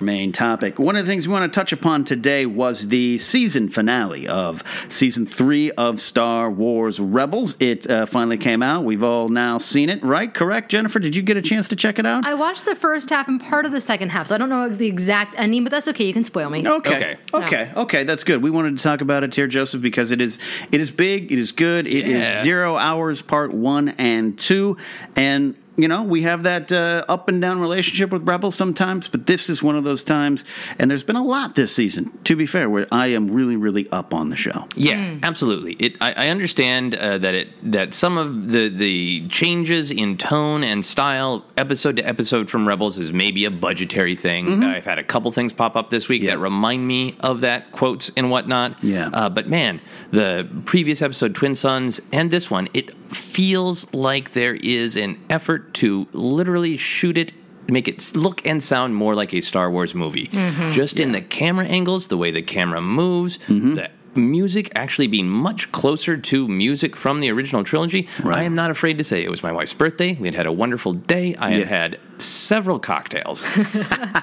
S4: main topic. One of the things we want to touch upon today was the season finale of season three of Star Wars Rebels. It uh, finally came out. We've all now seen it, right? Correct, Jennifer? Did you get a chance to check it out?
S6: I watched the first half and part of the second half, so I don't know the exact ending, but that's okay. You can spoil me.
S4: Okay, okay, okay. okay. That's good. We wanted to talk about it here, Joseph, because it is it is big. It is good. It is
S5: Yeah.
S4: zero hours, part one and two, and you know we have that uh, up and down relationship with Rebels sometimes, but this is one of those times. And there's been a lot this season, to be fair, where I am really, really up on the show.
S5: Yeah, absolutely. It, I, I understand uh, that it that some of the the changes in tone and style, episode to episode from Rebels, is maybe a budgetary thing.
S4: Mhm.
S5: I've had a couple things pop up this week that remind me of that quotes and whatnot.
S4: Yeah.
S5: Uh, but man, the previous episode, Twin Sons, and this one, it feels like there is an effort to literally shoot it. Make it look and sound more like a Star Wars movie.
S4: Mhm.
S5: Just in the camera angles, the way the camera moves, the music actually being much closer to music from the original trilogy. I am not afraid to say it was my wife's birthday. We had had a wonderful day. I
S4: Yeah.
S5: had had several cocktails.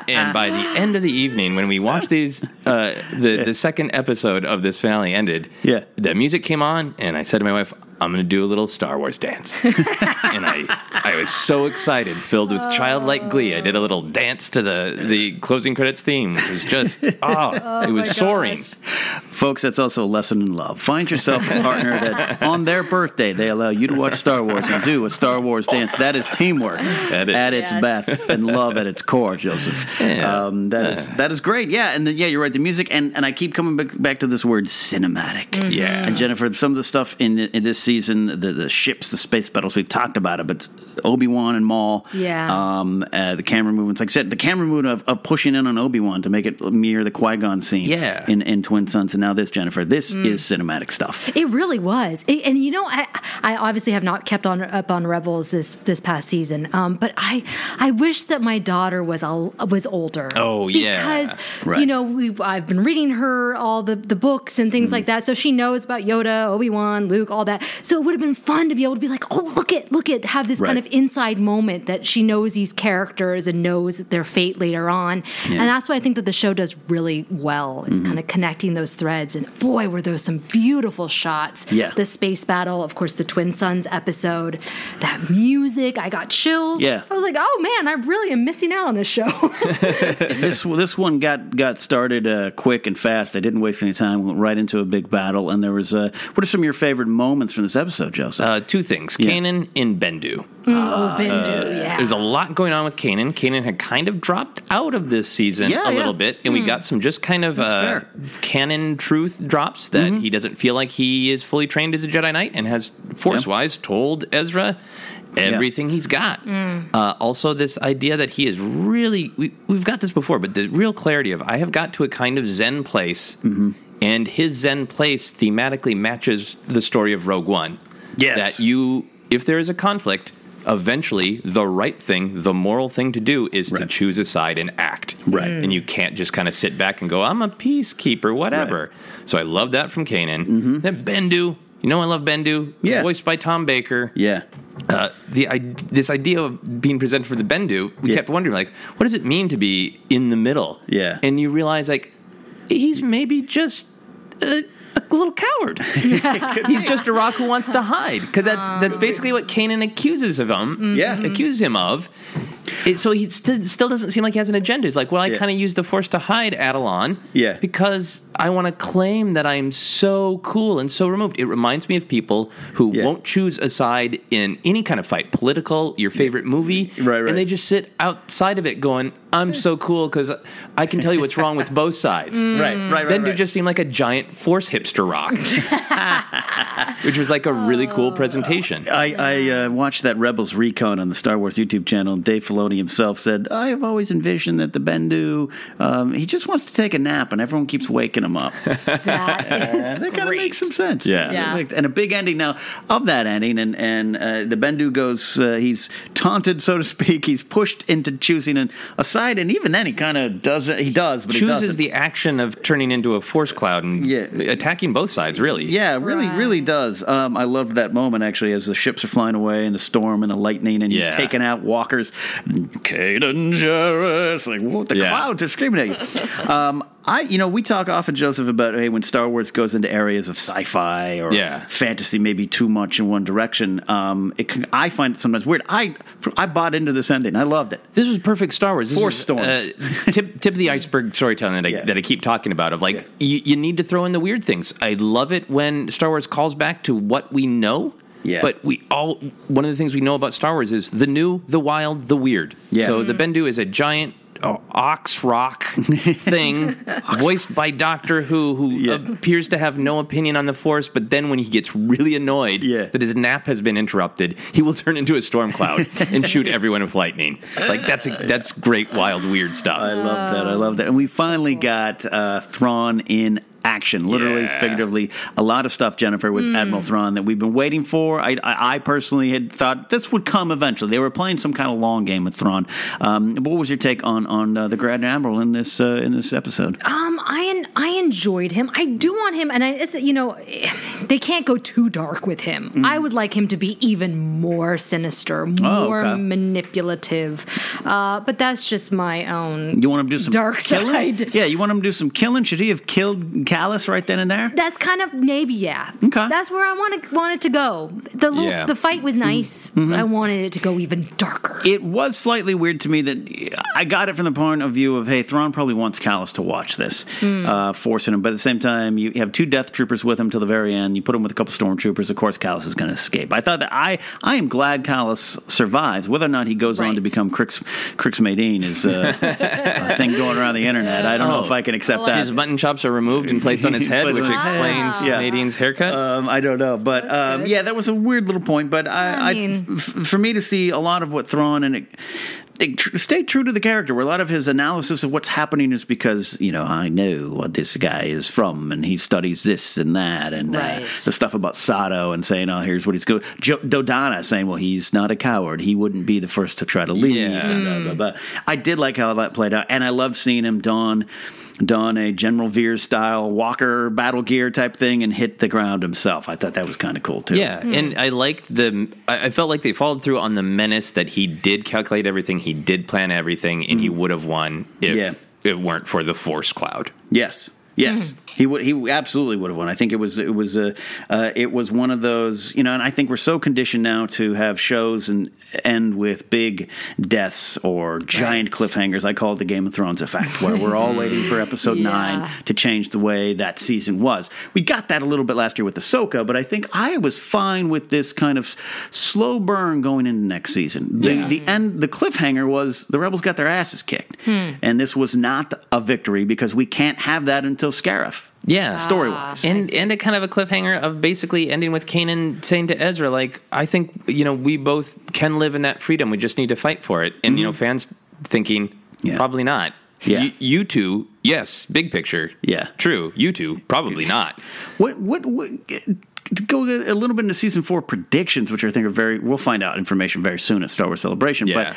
S5: and by the end of the evening, when we watched these, uh, the the second episode of this finale ended. Yeah, the music came on, and I said to my wife, "I'm going to do a little Star Wars dance." and I I was so excited, filled with childlike glee. I did a little dance to the the closing credits theme, which was just oh, it was soaring.
S4: Folks, that's also a lesson in love. Find yourself a partner that on their birthday they allow you to watch Star Wars and do a Star Wars dance. That is teamwork
S5: is.
S4: at its
S5: Yes.
S4: best and love at its core, Joseph.
S5: Yeah.
S4: Um, that is
S5: Yeah.
S4: that is great. Yeah, and the, yeah, you're right. The music and, and I keep coming back, back to this word cinematic.
S5: Mhm. Yeah.
S4: mm-hmm. and Jennifer, some of the stuff in in this season, the, the ships, the space battles, we've talked about it, but Obi Wan and Maul.
S6: *laughs* Yeah.
S4: *laughs* Um, uh, the camera movements, like I said, the camera movement of, of pushing in on Obi Wan to make it mirror the Qui Gon scene.
S5: Yeah.
S4: In, in Twin Sons, and now this, Jennifer. This
S6: Mm.
S4: is cinematic stuff.
S6: It really was, It- and you know, I, I obviously have not kept on up on Rebels this this past season, um, but I I wish that my daughter was al- was older.
S5: Oh, yeah.
S6: because
S5: Right.
S6: you know we I've been reading her all the the books and
S4: Mm-hmm.
S6: things like that, so she knows about Yoda, Obi Wan, Luke, all that. So it would have been fun to be able to be like, oh look at look at have this kind
S4: Right.
S6: of inside moment that she knows these characters and knows their fate later on,
S4: Yeah.
S6: and that's why I think that the show does really well. It's
S4: Mhm.
S6: kind of connecting those threads, and boy, were those some beautiful shots.
S4: Yeah.
S6: The space battle, of course, the Twin Sons episode, that music, I got chills.
S4: Yeah.
S6: I was like, oh man, I really am missing out on this show.
S4: this this one got got started uh, quick and fast. I didn't waste any time. Went right into a big battle, and there was. Uh, what are some of your favorite moments from the this episode, Joseph?
S5: Uh, two things: Kanan and Bendu.
S6: oh, Bendu,
S5: Uh,
S6: yeah.
S5: There's a lot going on with Kanan. Kanan had kind of dropped out of this season
S4: Yeah,
S5: a
S4: yeah.
S5: little bit, and we
S4: Hmm.
S5: got some just kind of
S4: That's
S5: uh,
S4: fair. Mm-hmm.
S5: canon truth drops that he doesn't feel like he is fully trained as a Jedi Knight and has force wise told Ezra everything he's got. Uh, also, this idea that he is really, we, we've got this before, but the real clarity of I have got to a kind of Zen place, and his Zen place thematically matches the story of Rogue One. Yes. That you, if there is a conflict, eventually the right thing, the moral thing to do is to choose a side and act.
S4: Right.
S5: And you can't just kind of sit back and go, I'm a peacekeeper, whatever. So I love that from Kanan. Then Bendu, you know I love Bendu, yeah. voiced by Tom Baker.
S4: Yeah.
S5: Uh, the I, this idea of being presented for the Bendu, we kept wondering like, what does it mean to be in the middle? Yeah, and you realize like, he's maybe just a, a little coward. he's just a rock who wants to hide because that's that's basically what Kanan accuses of him.
S4: Yeah.
S5: accuses him of. It, so he st- still doesn't seem like he has an agenda. He's like, well, I kind of use the force to hide Adelon. Yeah. Because I want to claim that I'm so cool and so removed. It reminds me of people who won't choose a side in any kind of fight, political, your favorite movie. Right, right. And they just sit outside of it going, I'm so cool because I can tell you what's wrong with both sides.
S4: Mm. *laughs* Right, right, right,
S5: Then you
S4: right.
S5: just seem like a giant force hipster
S4: *laughs*
S5: rock, which was like a really cool presentation.
S4: I, I uh, watched that Rebels recon on the Star Wars YouTube channel, and Dave Filoni himself said, I have always envisioned that the Bendu, um, he just wants to take a nap, and everyone keeps waking him up. that kind of makes some sense.
S5: Yeah.
S13: Yeah.
S4: Like, And a big ending now of that ending, and, and uh, the Bendu goes, uh, he's taunted, so to speak. He's pushed into choosing an, a side, and even then he kind of does it. He does, but he
S5: chooses
S4: doesn't.
S5: the action of turning into a force cloud and attacking both sides, really.
S4: Yeah, really, really does. Um, I loved that moment actually, as the ships are flying away and the storm and the lightning, and
S5: Yeah.
S4: he's taking out walkers. Caden Jarrus, like what the
S5: Yeah.
S4: clouds are screaming at you. um, I, you know, we talk often, Joseph, about hey, when Star Wars goes into areas of sci-fi or
S5: Yeah.
S4: fantasy, maybe too much in one direction. Um, it, can- I find it sometimes weird. I, I bought into this ending. I loved it.
S5: This was perfect Star Wars. This
S4: Force
S5: is,
S4: storms.
S5: uh, *laughs* tip, tip of the iceberg storytelling that I, that I keep talking about of like you, you need to throw in the weird things. I love it when Star Wars calls back to what we know.
S4: Yeah.
S5: But we all one of the things we know about Star Wars is the new, the wild, the weird.
S4: Yeah.
S5: So the Bendu is a giant oh, ox
S4: *laughs*
S5: rock thing voiced by Doctor Who, who appears to have no opinion on the Force, but then when he gets really annoyed that his nap has been interrupted, he will turn into a storm cloud and shoot
S4: *laughs*
S5: everyone with lightning. Like that's a, that's great, wild, weird stuff.
S4: I love that. I love that. And we finally got uh, Thrawn in action, literally,
S5: Yeah.
S4: figuratively. A lot of stuff, Jennifer, with Admiral Thrawn that we've been waiting for. I, I, I personally had thought this would come eventually. They were playing some kind of long game with Thrawn. Um, what was your take on on uh, the Grand Admiral in this uh, in this episode?
S6: Um, I en- I enjoyed him. I do want him, and I, it's you know, *sighs* they can't go too dark with him.
S4: Mm.
S6: I would like him to be even more sinister,
S4: Oh,
S6: more
S4: okay.
S6: manipulative. Uh, but that's just my own.
S4: You want him to do some
S6: Dark
S4: killing?
S6: side.
S4: *laughs* Yeah, you want him to do some killing? Should he have killed Callus right then and there?
S6: That's kind of maybe yeah. Okay, that's where I wanted wanted to go. The little,
S4: Yeah.
S6: the fight was nice.
S4: Mhm.
S6: but I wanted it to go even darker.
S4: It was slightly weird to me that I got it from the point of view of hey, Thrawn probably wants Callus to watch this,
S6: Hmm.
S4: uh, forcing him. But at the same time, you have two Death Troopers with him till the very end. You put him with a couple Stormtroopers. Of course, Callus is going to escape. I thought that I I am glad Callus survives. Whether or not he goes on to become Crix Crix Maydeen is
S6: *laughs*
S4: uh, a thing going around the internet. I don't know
S5: Oh.
S4: if I can accept
S5: I like
S4: that.
S5: it. His mutton chops are removed and placed on
S4: *laughs*
S5: his head,
S4: Placed
S5: which
S4: on his head.
S5: explains
S4: Yeah.
S5: Nadine's haircut.
S4: Um, I don't know, but um, yeah, that was a weird little point. But I, I, f- for me to see a lot of what Thrawn and it, it tr- stay true to the character, where a lot of his analysis of what's happening is because you know I know what this guy is from, and he studies this and that, and uh,
S13: Right.
S4: the stuff about Sato and saying, oh, here's what he's good. Jo- Dodonna saying, well, he's not a coward. He wouldn't be the first to try to leave. and blah, blah, blah. I did like how that played out, and I love seeing him don don a General Veer style Walker battle gear type thing and hit the ground himself. I thought that was kind of cool too.
S5: Yeah, and I liked the. I I felt like they followed through on the menace that he did calculate everything, he did plan everything, and he would have won if
S4: Hmm. Yeah.
S5: it weren't for the Force Cloud.
S4: Yes. Yes. Mm-hmm. He would. He absolutely would have won. I think it was. It was a. Uh, it was one of those. You know, and I think we're so conditioned now to have shows and end with big deaths or giant cliffhangers. I call it the Game of Thrones effect, where we're all waiting for episode
S6: Yeah.
S4: nine to change the way that season was. We got that a little bit last year with Ahsoka, but I think I was fine with this kind of slow burn going into next season. The,
S13: Yeah.
S4: the end. The cliffhanger was the rebels got their asses kicked.
S13: Hmm.
S4: And this was not a victory because we can't have that until Scarif.
S5: Yeah,
S4: story wise.
S5: and and a kind of a cliffhanger of basically ending with Kanan saying to Ezra, like, I think you know we both can live in that freedom. We just need to fight for it. And you
S4: Mm-hmm.
S5: know, fans thinking probably not. Yeah, you, you two, yes, big picture.
S4: Yeah,
S5: true. You two, probably not.
S4: What what what? To go a little bit into season four predictions, which I think are very, we'll find out information very soon at Star Wars Celebration. But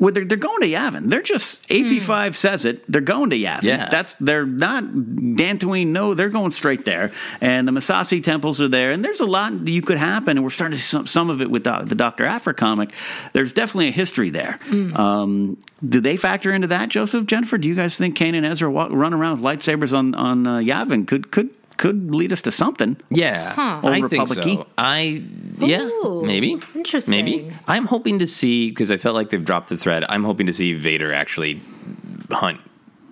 S4: well, they're, they're going to Yavin. They're just AP5 says it. They're going to Yavin.
S5: Yeah.
S4: That's they're not Dantooine. No, they're going straight there. And the Masasi temples are there. And there's a lot that you could happen. And we're starting to see some, some of it with the, the Doctor Afra comic. There's definitely a history there.
S13: Mm.
S4: Um, do they factor into that, Joseph Jennifer? Do you guys think Kane and Ezra walk, run around with lightsabers on on uh, Yavin could could could lead us to something?
S5: Yeah,
S4: Huh.
S5: I
S4: Old
S5: think
S4: Republic-y.
S5: so. I yeah,
S4: Ooh,
S5: maybe
S6: interesting.
S5: Maybe I'm hoping to see because I felt like they've dropped the thread. I'm hoping to see Vader actually hunt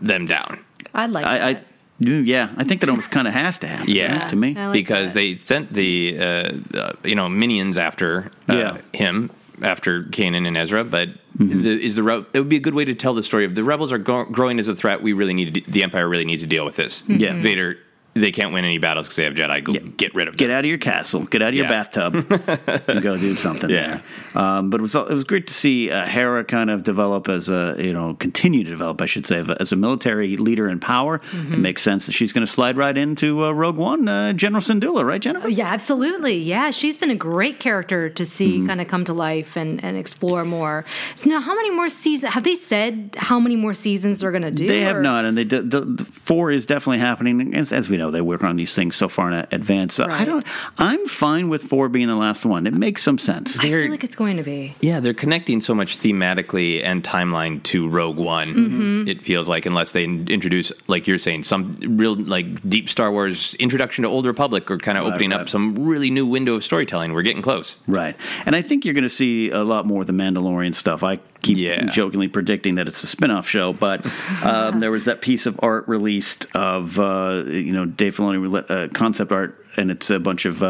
S5: them down.
S6: I'd like
S4: I,
S6: that.
S4: I yeah, I think that almost kind of has to happen.
S5: Yeah,
S4: to me
S6: I like
S5: because they sent the uh, uh, you know minions after uh, him after Kanan and Ezra, but
S4: Mm-hmm.
S5: the, is the re- it would be a good way to tell the story of the rebels are gro- growing as a threat. We really need to de- the Empire really needs to deal with this.
S4: Yeah. Mhm.
S5: Vader. They can't win any battles because they have Jedi. Go get rid of.
S4: Get out of your castle. Get out of your
S5: Yeah. *laughs*
S4: bathtub and go do something. Yeah. Um, but it was it was great to see uh, Hera kind of develop as a you know continue to develop, I should say, as a military leader in power. It makes sense that she's going to slide right into uh, Rogue One, uh, General Syndulla, right, Jennifer?
S6: Oh, yeah, absolutely. Yeah, she's been a great character to
S4: Mm-hmm.
S6: see kind of come to life and, and explore more. So now, how many more seasons have they said? How many more seasons they're going to do?
S4: They have
S6: or-
S4: not, and they d- d- the four is definitely happening. As, as we know, they work on these things so far in a- advance. So I don't. I'm fine with four being the last one. It makes some sense.
S6: I feel like it's going to be.
S5: Yeah, they're connecting so much thematically and timeline to Rogue One.
S6: Mhm.
S5: It feels like unless they in- introduce, like you're saying, some real like deep Star Wars introduction to Old Republic, or kind of
S4: Right,
S5: opening up
S4: right.
S5: some really new window of storytelling. We're getting close.
S4: Right. And I think you're going to see a lot more of the Mandalorian stuff. I keep jokingly predicting that it's a spin-off show, but um, there was that piece of art released of uh, you know Dave Filoni rela- uh, concept art and it's a bunch of uh,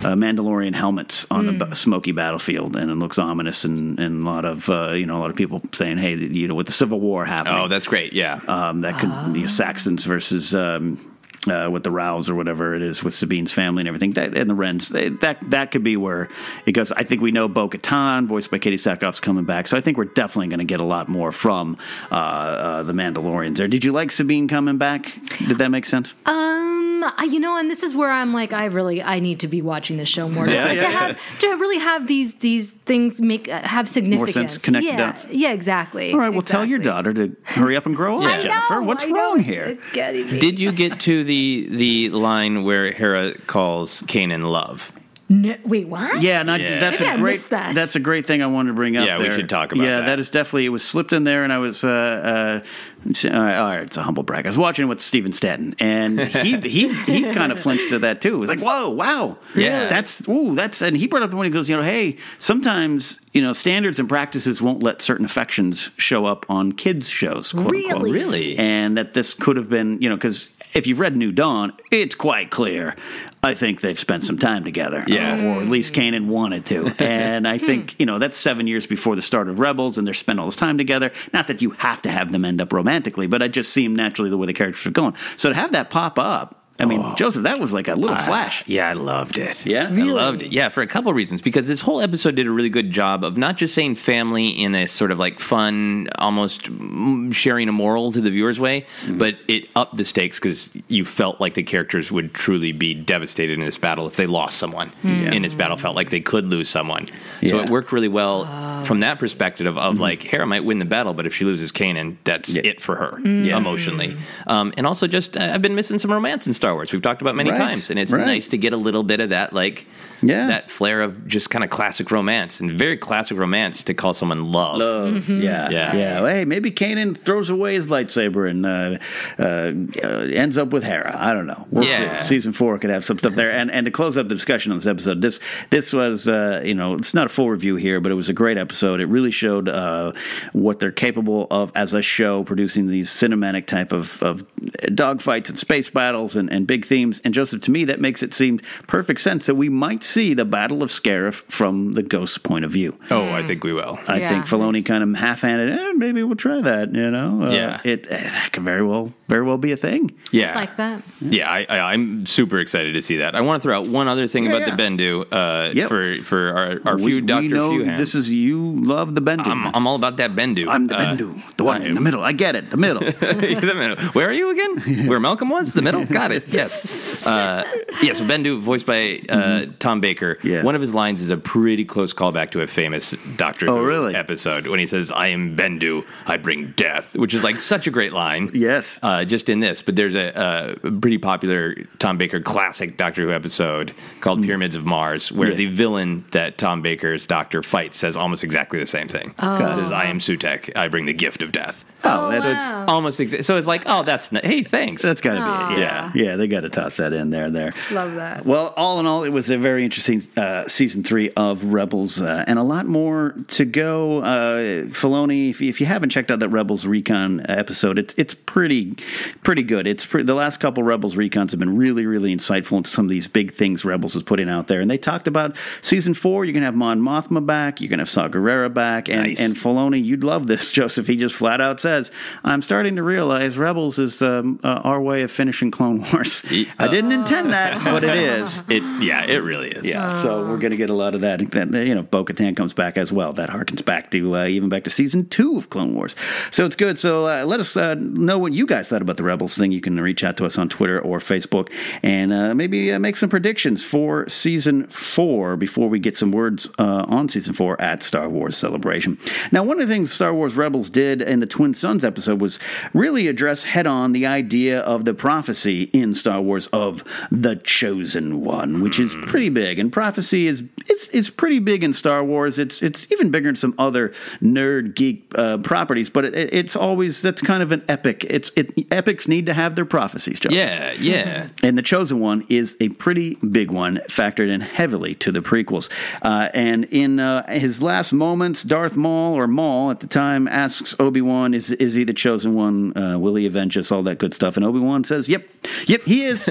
S4: uh, Mandalorian helmets on a ba- smoky battlefield and it looks ominous and, and a lot of uh, you know a lot of people saying hey you know with the civil war happening.
S5: Oh, that's great. Yeah.
S4: Um, that could you know, Saxons versus um, uh, with the Rows or whatever it is with Sabine's family and everything, that, and the Wrens. They, that that could be where it goes. I think we know Bo Katan, voiced by Katie Sackhoff's coming back, so I think we're definitely going to get a lot more from uh, uh, the Mandalorians. There, did you like Sabine coming back? Did that make sense?
S6: Um, I- you know, and this is where I'm like, I really, I need to be watching this show more
S4: *laughs* Yeah,
S6: to,
S4: yeah,
S6: to
S4: yeah.
S6: have to really have these these things make uh, have significance.
S4: connect the
S6: yeah,
S4: dots.
S6: yeah, exactly.
S4: All right, well, tell your daughter to hurry up and grow up,
S5: Yeah. I
S4: Jennifer.
S6: know,
S4: What's
S6: Oh, I know,
S4: wrong
S6: it's-
S4: here?
S6: It's getting me.
S5: Did you get to the the line where Hera calls Kanan love?
S6: No, wait, what?
S4: Yeah, and I, that's
S6: Maybe
S4: a
S6: I
S4: great.
S6: missed that.
S4: That's a great thing I wanted to bring up.
S5: Yeah, we
S4: there.
S5: should talk about
S4: Yeah,
S5: that.
S4: that is definitely. It was slipped in there, and I was. Uh, uh, all, right, all right, it's a humble brag. I was watching with Steven Stanton, and he he he kind of flinched to that too. It was like, whoa, wow,
S5: Yeah.
S4: that's ooh, that's. And he brought up the one. He goes, you know, hey, sometimes you know standards and practices won't let certain affections show up on kids shows. Quote unquote.
S5: Really? Really?
S4: and that this could have been, you know, because if you've read New Dawn, it's quite clear. I think they've spent some time together,
S5: Yeah.
S4: or, or at least Kanan wanted to. And I think you know that's seven years before the start of Rebels, and they're spent all this time together. Not that you have to have them end up romantically, but it just seemed naturally the way the characters were going. So to have that pop up, I mean, Joseph, that was like a little
S5: I-
S4: flash.
S5: Yeah, I loved it.
S4: Yeah,
S5: I loved it. Yeah, for a couple reasons because this whole episode did a really good job of not just saying family in a sort of like fun, almost mm, sharing a moral to the viewers way,
S4: Mm-hmm.
S5: but it upped the stakes because you felt like the characters would truly be devastated in this battle if they lost someone.
S4: Mm.
S5: In this battle, felt like they could lose someone. So
S4: Yeah. Oh. Mm-hmm.
S5: it worked really well from that perspective of like Hera might win the battle, but if she loses Kanan, that's it for her
S4: Yeah. Mm.
S5: emotionally. Um, and also, just uh, I've been missing some romance in Star Star Wars. We've talked about many
S4: Right,
S5: times, and it's
S4: right.
S5: nice to get a little bit of that, like
S4: Yeah.
S5: that flair of just kind of classic romance and very classic romance to call someone love.
S4: Love, yeah, yeah,
S5: Mm-hmm. yeah,
S4: Well, hey, maybe Kanan throws away his lightsaber and uh, uh, uh, ends up with Hera. I don't know. We'll
S5: Yeah.
S4: see. Season four could have some stuff there. And and to close up the discussion on this episode, this this was uh, you know it's not a full review here, but it was a great episode. It really showed uh, what they're capable of as a show, producing these cinematic type of of dogfights and space battles and, and big themes. And Joseph, to me, that makes it seem perfect sense that we might see the Battle of Scarif from the Ghost's point of view.
S5: Oh, I think we will.
S4: I
S5: Yeah.
S4: think Filoni kind of half-handed. Eh, maybe we'll try that. You know, Uh,
S5: Yeah.
S4: it eh, that could very well very well be a thing.
S5: Yeah.
S6: like that.
S5: Yeah, I, I, I'm super excited to see that. I want to throw out one other thing
S4: Yeah,
S5: about
S4: yeah.
S5: the Bendu uh,
S4: Yep.
S5: for for our, our
S4: we,
S5: few Doctor
S4: we know
S5: Few
S4: this is you love the Bendu.
S5: I'm, I'm all about that Bendu.
S4: I'm the
S5: Uh,
S4: Bendu, the one in the middle. I get it, the
S5: *laughs*
S4: middle.
S5: the middle. Where are you
S4: *laughs*
S5: again? Where Malcolm was? The middle? Got it. Yes. Uh, yeah, so Bendu, voiced by uh,
S4: Mm-hmm.
S5: Tom Baker, one of his lines is a pretty close callback to a famous Doctor
S4: Oh,
S5: Who
S4: really?
S5: episode when he says, I am Bendu, I bring death, which is like such a great line.
S4: Yes.
S5: Uh, just in this, but there's a, a pretty popular Tom Baker classic Doctor Who episode called Pyramids of Mars, where
S4: Mm. Yeah.
S5: the villain that Tom Baker's doctor fights says almost exactly the same thing.
S4: Oh.
S5: Says, I am Sutek, I bring the gift of death
S4: Oh, that's,
S5: so it's almost exa- so it's like oh that's n hey thanks
S4: that's got to be it.
S5: yeah
S4: yeah. They got to toss that in there. There.
S6: Love that.
S4: Well, all in all, it was a very interesting uh, season three of Rebels, uh, and a lot more to go. Uh, Filoni, if, if you haven't checked out that Rebels Recon episode, it's it's pretty pretty good. It's pre- the last couple Rebels Recons have been really really insightful into some of these big things Rebels is putting out there, and they talked about season four. You're gonna have Mon Mothma back. You're gonna have Saw Gerrera back, and
S5: Nice.
S4: and Filoni, you'd love this, Joseph. He just flat out says, "I'm starting to realize Rebels is um, uh, our way of finishing Clone Wars." I didn't
S5: *laughs*
S4: intend that, but it is.
S5: it yeah it really is
S4: Yeah, so we're going to get a lot of that. That you know, Bo Katan comes back as well. That harkens back to uh, even back to season two of Clone Wars. So it's good. So uh, let us uh, know what you guys thought about the Rebels thing. You can reach out to us on Twitter or Facebook, and uh, maybe uh, make some predictions for season four before we get some words uh, on season four at Star Wars Celebration. Now, one of the things Star Wars Rebels did in the Twin Sons episode was really address head on the idea of the prophecy in Star Wars of the chosen one, which is pretty big. And prophecy is it's it's pretty big in Star Wars. It's it's even bigger in some other nerd geek uh, properties, but it, it's always that's kind of an epic. It's it, epics need to have their prophecies, John.
S5: yeah yeah
S4: *laughs* And the chosen one is a pretty big one, factored in heavily to the prequels. Uh, and in uh, his last moments, Darth Maul or Maul at the time asks Obi Wan, "Is is he the chosen one? Uh, will he avenge us? All that good stuff." And Obi Wan says, "Yep, yep, he is.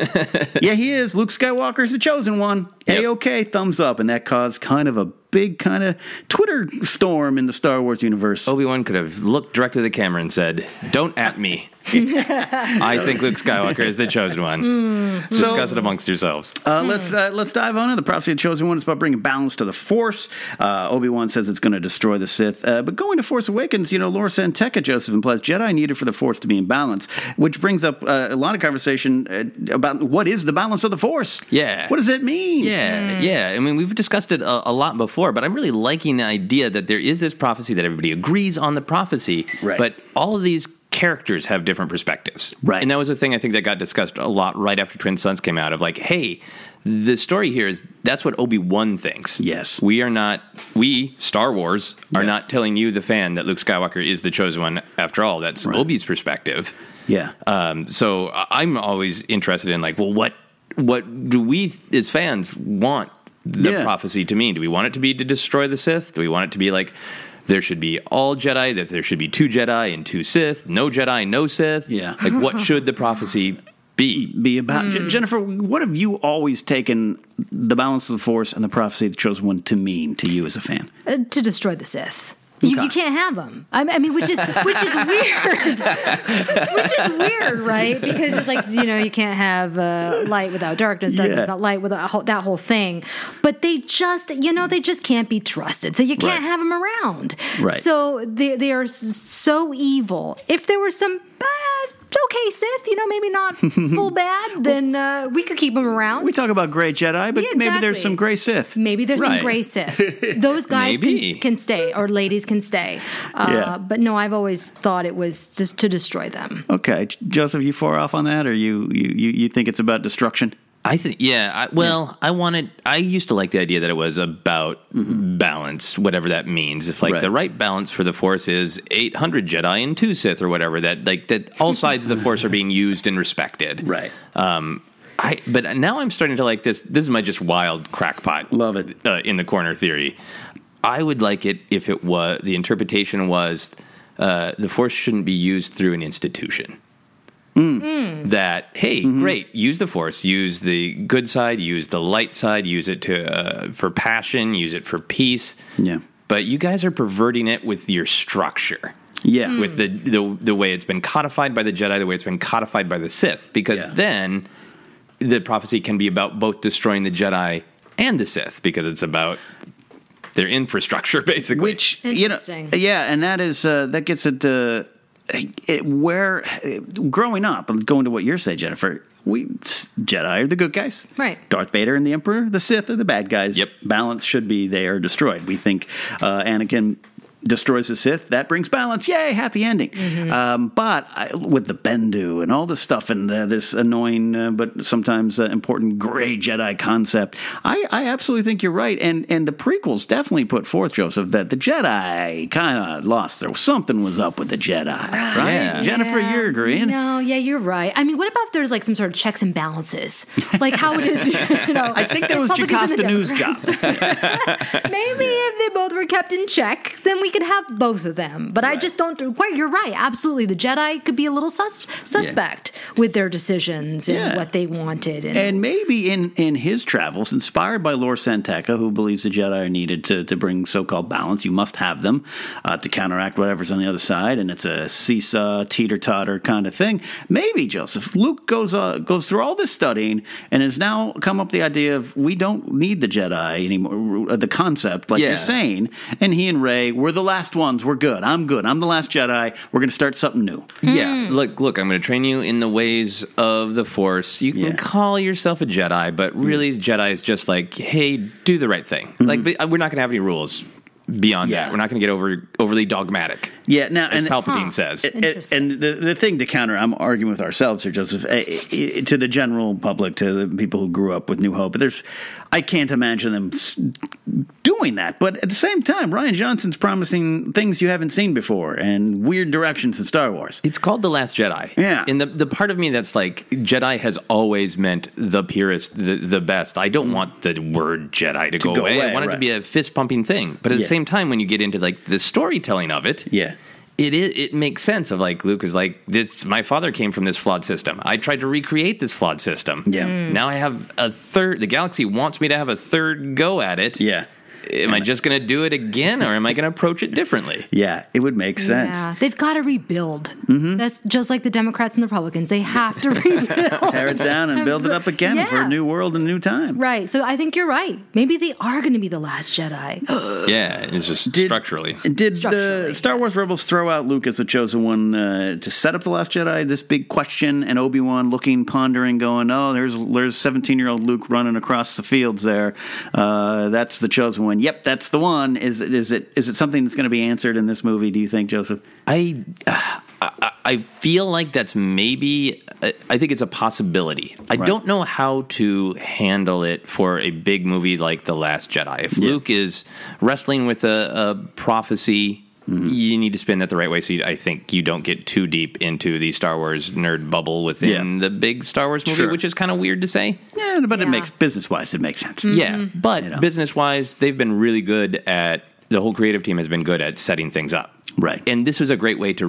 S4: yeah, he is. Luke Skywalker's the chosen one. Hey, okay, thumbs up." And that caused kind of a big kind of Twitter storm in the Star Wars universe.
S5: Obi Wan could have looked directly to the camera and said don't at me I think Luke Skywalker is the chosen one discuss it amongst yourselves
S4: Uh, Let's uh, let's dive on it. The prophecy of the chosen one is about bringing balance to the Force. Uh, Obi Wan says it's going to destroy the Sith, uh, but going to Force Awakens, you know, Laura Santeca Joseph implies Jedi needed for the Force to be in balance, which brings up uh, a lot of conversation uh, about what is the balance of the Force.
S5: Yeah.
S4: what does it mean?
S5: Yeah, yeah. I mean, we've discussed it a, a lot before, but I'm really liking the idea that there is this prophecy that everybody agrees on the prophecy,
S4: Right.
S5: but all of these characters have different perspectives.
S4: Right.
S5: And that was a thing I think that got discussed a lot right after Twin Sons came out of like, hey, the story here is that's what Obi-Wan thinks.
S4: Yes.
S5: We are not we Star Wars are not telling you the fan that Luke Skywalker is the chosen one after all. That's Obi's perspective.
S4: yeah.
S5: Um, so I- I'm always interested in like, well, what what do we as fans want the
S4: Yeah.
S5: prophecy to mean? Do we want it to be to destroy the Sith? Do we want it to be like there should be all Jedi? That there should be two Jedi and two Sith? No Jedi, no Sith?
S4: Yeah.
S5: Like, what should the prophecy be?
S4: Be about Je- Uh, Jennifer. What have you always taken the balance of the Force and the prophecy of the chosen one to mean to you as a fan?
S6: Uh, to destroy the Sith. You, you can't have them. I mean- I mean, which is which is weird. which is weird,
S4: *laughs*
S6: right? Because it's like you know you can't have uh, light without darkness, darkness
S13: Yeah.
S6: without light, without whole, that whole thing. But they just you know they just can't be trusted, so you can't
S13: Right.
S6: have them around.
S13: Right.
S6: So they they are s- so evil. If there were some bad okay, Sith, you know,
S4: *laughs*
S6: maybe not full bad, then uh, we could keep him around.
S4: We talk about gray Jedi, but
S6: Yeah,
S4: maybe there's
S6: exactly.
S4: some gray Sith.
S6: Maybe there's some
S4: Right.
S6: gray Sith. Those guys
S4: Maybe.
S6: can, can stay, or ladies can stay. Uh,
S4: Yeah.
S6: But no, I've always thought it was just to destroy them.
S4: Okay, J- Joseph, you far off on that, or you you you, you think it's about destruction?
S5: I think, yeah. I, well, I wanted. I used to like the idea that it was about balance, whatever that means. If like
S4: Right.
S5: the Mm-hmm. right balance for the Force is eight hundred Jedi and two Sith or whatever, that like that *laughs* all sides of the Force are being used and respected. Right. Um. I but now I'm starting to like this. This is my just wild crackpot. Love it uh, in the corner theory. I would like it if it was the interpretation was uh, the Force shouldn't be used through an institution that hey
S4: Mm-hmm.
S5: great use the force use the good side use the light side use it to uh, for passion use it for peace
S4: Yeah.
S5: but you guys are perverting it with your structure
S4: Yeah. Mm.
S5: with the, the the way it's been codified by the jedi the way it's been codified by the sith because then the prophecy can be about both destroying the jedi and the sith because it's about their infrastructure *laughs* basically
S4: which you know yeah and that is uh, that gets it uh, it where growing up and going to what you're saying jennifer we jedi are the good guys
S6: Right.
S4: Darth Vader and the Emperor, the Sith are the bad guys. Yep. Balance should be they are destroyed. We think uh, Anakin destroys the Sith. That brings balance. Yay, happy ending. Um, but I, with the Bendu and all this stuff and uh, this annoying uh, but sometimes uh, important gray Jedi concept, I, I absolutely think you're right. And and the prequels definitely put forth, Joseph, that the Jedi kind of lost their something was up with the Jedi. Right? Jennifer,
S6: Yeah.
S4: you're agreeing.
S6: No, Oh, yeah, you're right. I mean, what about if there's like some sort of checks and balances? Like how it is, *laughs* you know.
S4: I think that was
S6: Republicans and
S4: Jocasta News job.
S6: Democrats. *laughs* Maybe if they both were kept in check, then we could have both of them. But I just don't quite. You're right. Absolutely, the Jedi could be a little sus- suspect with their decisions and
S4: Yeah.
S6: what they wanted. And,
S4: And maybe in, in his travels, inspired by Lor Santeca, who believes the Jedi are needed to, to bring so called balance, you must have them uh, to counteract whatever's on the other side, and it's a seesaw, teeter totter kind of thing. Maybe Joseph Luke goes uh, goes through all this studying and has now come up with the idea of we don't need the Jedi anymore, uh, the concept like
S5: Yeah.
S4: you're saying. And he and Ray, we're the last ones. We're good. I'm good. I'm the last Jedi. We're going to start something new.
S5: Yeah, look, look, I'm going to train you in the ways of the Force. You can call yourself a Jedi, but really, the Jedi is just like, hey, do the right
S4: Mm-hmm.
S5: thing. Like, but, uh, we're not going to have any rules beyond that. We're not going to get over overly dogmatic.
S4: Yeah, now
S5: as
S4: and
S5: Palpatine says,
S4: A- a- and the the thing to counter, I'm arguing with ourselves here, Joseph, a- a- to the general public, to the people who grew up with New Hope. There's, I can't imagine them s- doing that. But at the same time, Ryan Johnson's promising things you haven't seen before and weird directions in Star Wars.
S5: It's called The Last Jedi. Yeah. And the, the part of me that's like, Jedi has always meant the purest, the, the best. I don't want the word Jedi to, go,
S4: Mm-hmm. go
S5: away.
S4: away,
S5: I want it to
S4: right.
S5: be a fist pumping thing. But at
S4: Yeah.
S5: the same time, when you get into like the storytelling of it,
S4: yeah.
S5: It, is, it makes sense of like Luke is like this. My father came from this flawed system. I tried to recreate this flawed system.
S4: Yeah. Mm.
S5: Now I have a third. The galaxy wants me to have a third go at it.
S4: Yeah.
S5: Am I just going to do it again, or am I going to approach it differently?
S4: Yeah, it would make sense.
S6: Yeah, they've got to rebuild. That's just like the Democrats and the Republicans. They
S4: *laughs*
S6: have to rebuild.
S4: Tear it down and
S6: I'm
S4: build it
S6: so-
S4: up again
S6: Yeah.
S4: for a new world and a new time.
S6: Right. So I think you're right. Maybe they are going to be the last Jedi.
S5: Yeah, it's just structurally.
S4: Did the Star Wars Rebels throw out Luke as the chosen one uh, to set up the Last Jedi? This big question, and Obi Wan looking, pondering, going, "Oh, there's there's seventeen year old Luke running across the fields there. Uh, that's the chosen one. Yep, that's the one. Is it is it is it something that's going to be answered in this movie? Do you think, Joseph?
S5: I uh, I, I feel like that's maybe. I I think it's a possibility. I
S4: Right.
S5: don't know how to handle it for a big movie like The Last Jedi. If Luke is wrestling with a, a prophecy,
S4: Mm-hmm.
S5: you need to spin that the right way. So you, I think you don't get too deep into the Star Wars nerd bubble within the big Star Wars movie,
S4: Sure.
S5: which is kind of weird to say.
S4: Yeah, but it makes business wise, it makes sense.
S5: Yeah, but business wise, they've been really good at the whole creative team has been good at setting things up.
S4: Right.
S5: And this was a great way to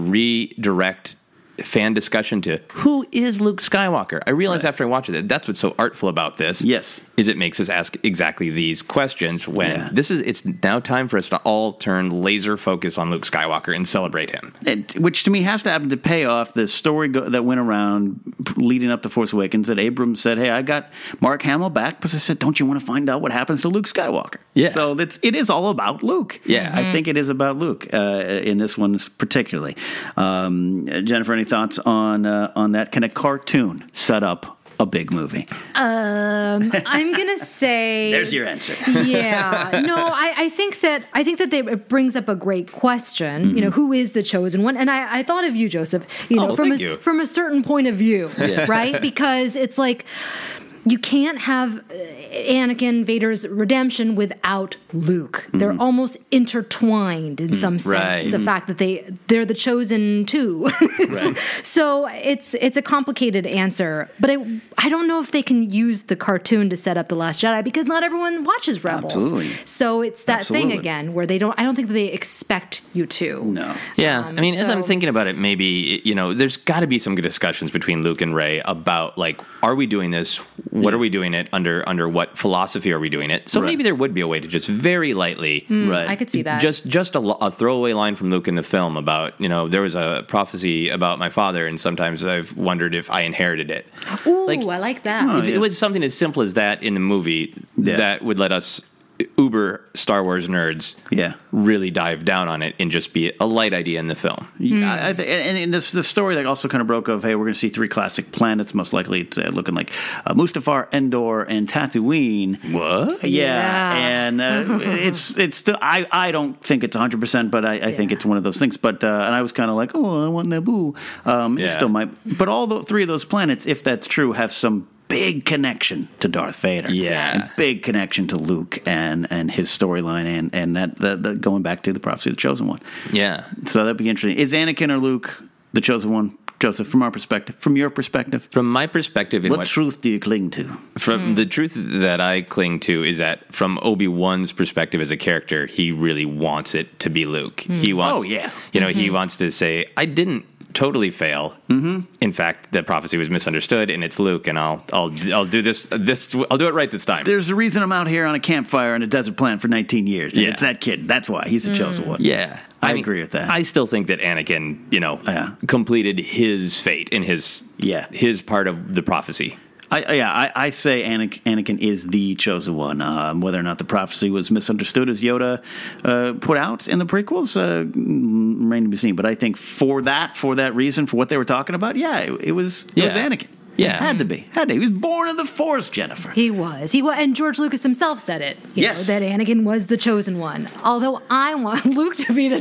S5: redirect fan discussion to who is Luke Skywalker? I realized after I watched it that that's what's so artful about this. Yes. Is it makes us ask exactly these questions when
S4: Yeah.
S5: this is it's now time for us to all turn laser focus on Luke Skywalker and celebrate him.
S4: It, which to me has to happen to pay off the story go- that went around leading up to Force Awakens that Abrams said, "Hey, I got Mark Hamill back," but I said, "Don't you want to find out what happens to Luke Skywalker?"
S5: Yeah.
S4: So that's it is all about Luke.
S5: Yeah.
S6: Mm-hmm.
S4: I think it is about Luke uh, in this one particularly. Um, Jennifer, any thoughts on uh, on that? Can a cartoon set up a big movie?
S6: Um,
S4: *laughs*
S6: I'm gonna say
S4: There's your answer.
S6: yeah, no, I, I think that I think that they, it brings up a great question. You know, who is the chosen one? And I, I thought of you, Joseph. You
S13: Oh,
S6: know,
S13: well,
S6: from a,
S13: thank you.
S6: from a certain point of view,
S13: Yeah.
S6: right? Because it's like. You can't have uh, Anakin Vader's redemption without Luke. They're almost intertwined in some
S13: Mm,
S6: sense.
S13: right.
S6: The
S13: Mhm.
S6: fact that they they're the chosen two. So it's it's a complicated answer, but I I don't know if they can use the cartoon to set up the Last Jedi because not everyone watches Rebels.
S5: Absolutely.
S6: So it's *laughs* that
S5: Absolutely.
S6: thing again where they don't. I don't think they expect you to.
S4: No.
S5: Yeah,
S6: Um,
S5: I mean, as I'm
S6: so-
S5: thinking about it, maybe you know, there's got to be some good discussions between Luke and Ray about like, are we doing this? What are we doing it under? Under what philosophy are we doing it? So
S6: Right.
S5: maybe there would be a way to just very lightly,
S6: Mm, Right. I could see that.
S5: Just just a, lo- a throwaway line from Luke in the film about you know there was a prophecy about my father, and sometimes I've wondered if I inherited it.
S6: Ooh, I like that.
S5: if it was something as simple as that in the movie, that would let us uber Star Wars nerds,
S4: yeah,
S5: really dive down on it and just be a light idea in the film.
S4: Yeah, I, I th- and, and this the story that also kind of broke of hey we're going to see three classic planets most likely it's uh, looking like uh, Mustafar, Endor, and Tatooine.
S5: What?
S4: Yeah, and uh, it's it's still I, I don't think it's 100, percent but I, I think it's one of those things. But uh, and I was kind of like oh I want Naboo. Um, It
S5: Yeah.
S4: still might, but all the three of those planets, if that's true, have some. Big connection to Darth Vader.
S5: Yes.
S4: Big connection to Luke and and his storyline and and that the, the going back to the prophecy of the chosen one.
S5: Yeah.
S4: So that'd be interesting. Is Anakin or Luke the chosen one? Joseph, from our perspective, from your perspective,
S5: from my perspective, in
S4: what,
S5: what-
S4: truth do you cling to?
S5: From the truth that I cling to is that from Obi Wan's perspective as a character, he really wants it to be Luke.
S4: Mm.
S5: He wants,
S4: Oh, yeah.
S5: you know, he
S4: Mhm.
S5: wants to say, "I didn't totally fail.
S4: Mm-hmm.
S5: In fact, the prophecy was misunderstood, and it's Luke, and I'll, I'll, I'll do this, this, I'll do it right this time."
S4: There's a reason I'm out here on a campfire in a desert planet for 19 years. And
S5: Yeah.
S4: It's that kid. That's why
S6: Hmm.
S4: he's the chosen one.
S5: Yeah,
S4: I,
S5: mean,
S4: agree with that.
S5: I still think that Anakin, you know, completed his fate in his
S4: yeah
S5: his part of the prophecy.
S4: I, Oh, yeah, I, I say Anakin, Anakin is the chosen one. Um, whether or not the prophecy was misunderstood as Yoda uh, put out in the prequels uh, mm, remain to be seen. But I think for that, for that reason, for what they were talking about, yeah, it, it was it was
S5: Yeah.
S4: Anakin.
S5: Yeah.
S4: had to be, had to. He was born of the Force, Jennifer.
S6: He was. He was, and George Lucas himself said it. You
S4: Yes.
S6: know, that Anakin was the chosen one. Although I want *laughs* Luke to be the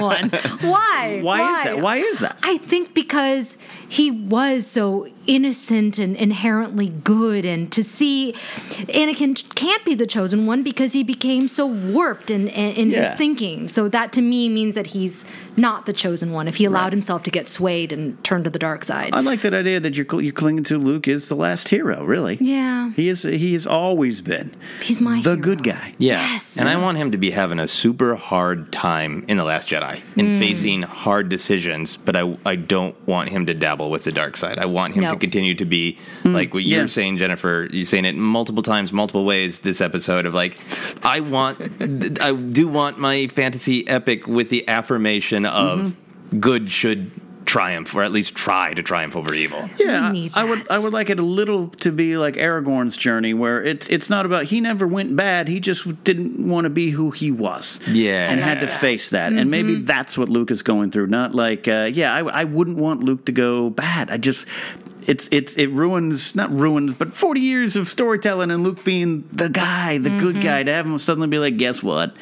S4: *laughs*
S6: one. Why?
S4: Why, is that? Why is that?
S6: I think because he was so innocent and inherently good, and to see Anakin can't be the chosen one because he became so warped in, in, in
S13: Yeah.
S6: his thinking. So that to me means that he's not the chosen one if he allowed himself to get swayed and turned to the dark side.
S4: I like that idea that you're cl- you're clinging to Luke is the last hero. Really,
S6: Yeah.
S4: he is. He has always been.
S6: He's my
S4: the good guy.
S5: Yeah. And I want him to be having a super hard time in The Last Jedi and
S4: Mm.
S5: facing hard decisions, but I, I don't want him to dabble with the dark side. I want him
S4: No. Mm.
S5: to continue to be like what
S4: yeah.
S5: you're saying, Jennifer. You're saying it multiple times, multiple ways this episode of like, I want, *laughs* I do want my fantasy epic with the affirmation of
S4: Mm-hmm.
S5: good should triumph or at least try to triumph over evil.
S4: Yeah, I would I would like it a little to be like Aragorn's journey, where it's it's not about he never went bad, he just didn't want to be who he was,
S5: Yeah.
S4: and had to
S5: Yeah.
S4: face that, Mm-hmm. and maybe that's what Luke is going through. Not like, uh, yeah, I, I wouldn't want Luke to go bad. I just it's it's it ruins not ruins, but forty years of storytelling and Luke being the guy, the good guy, to have him suddenly be like, guess what,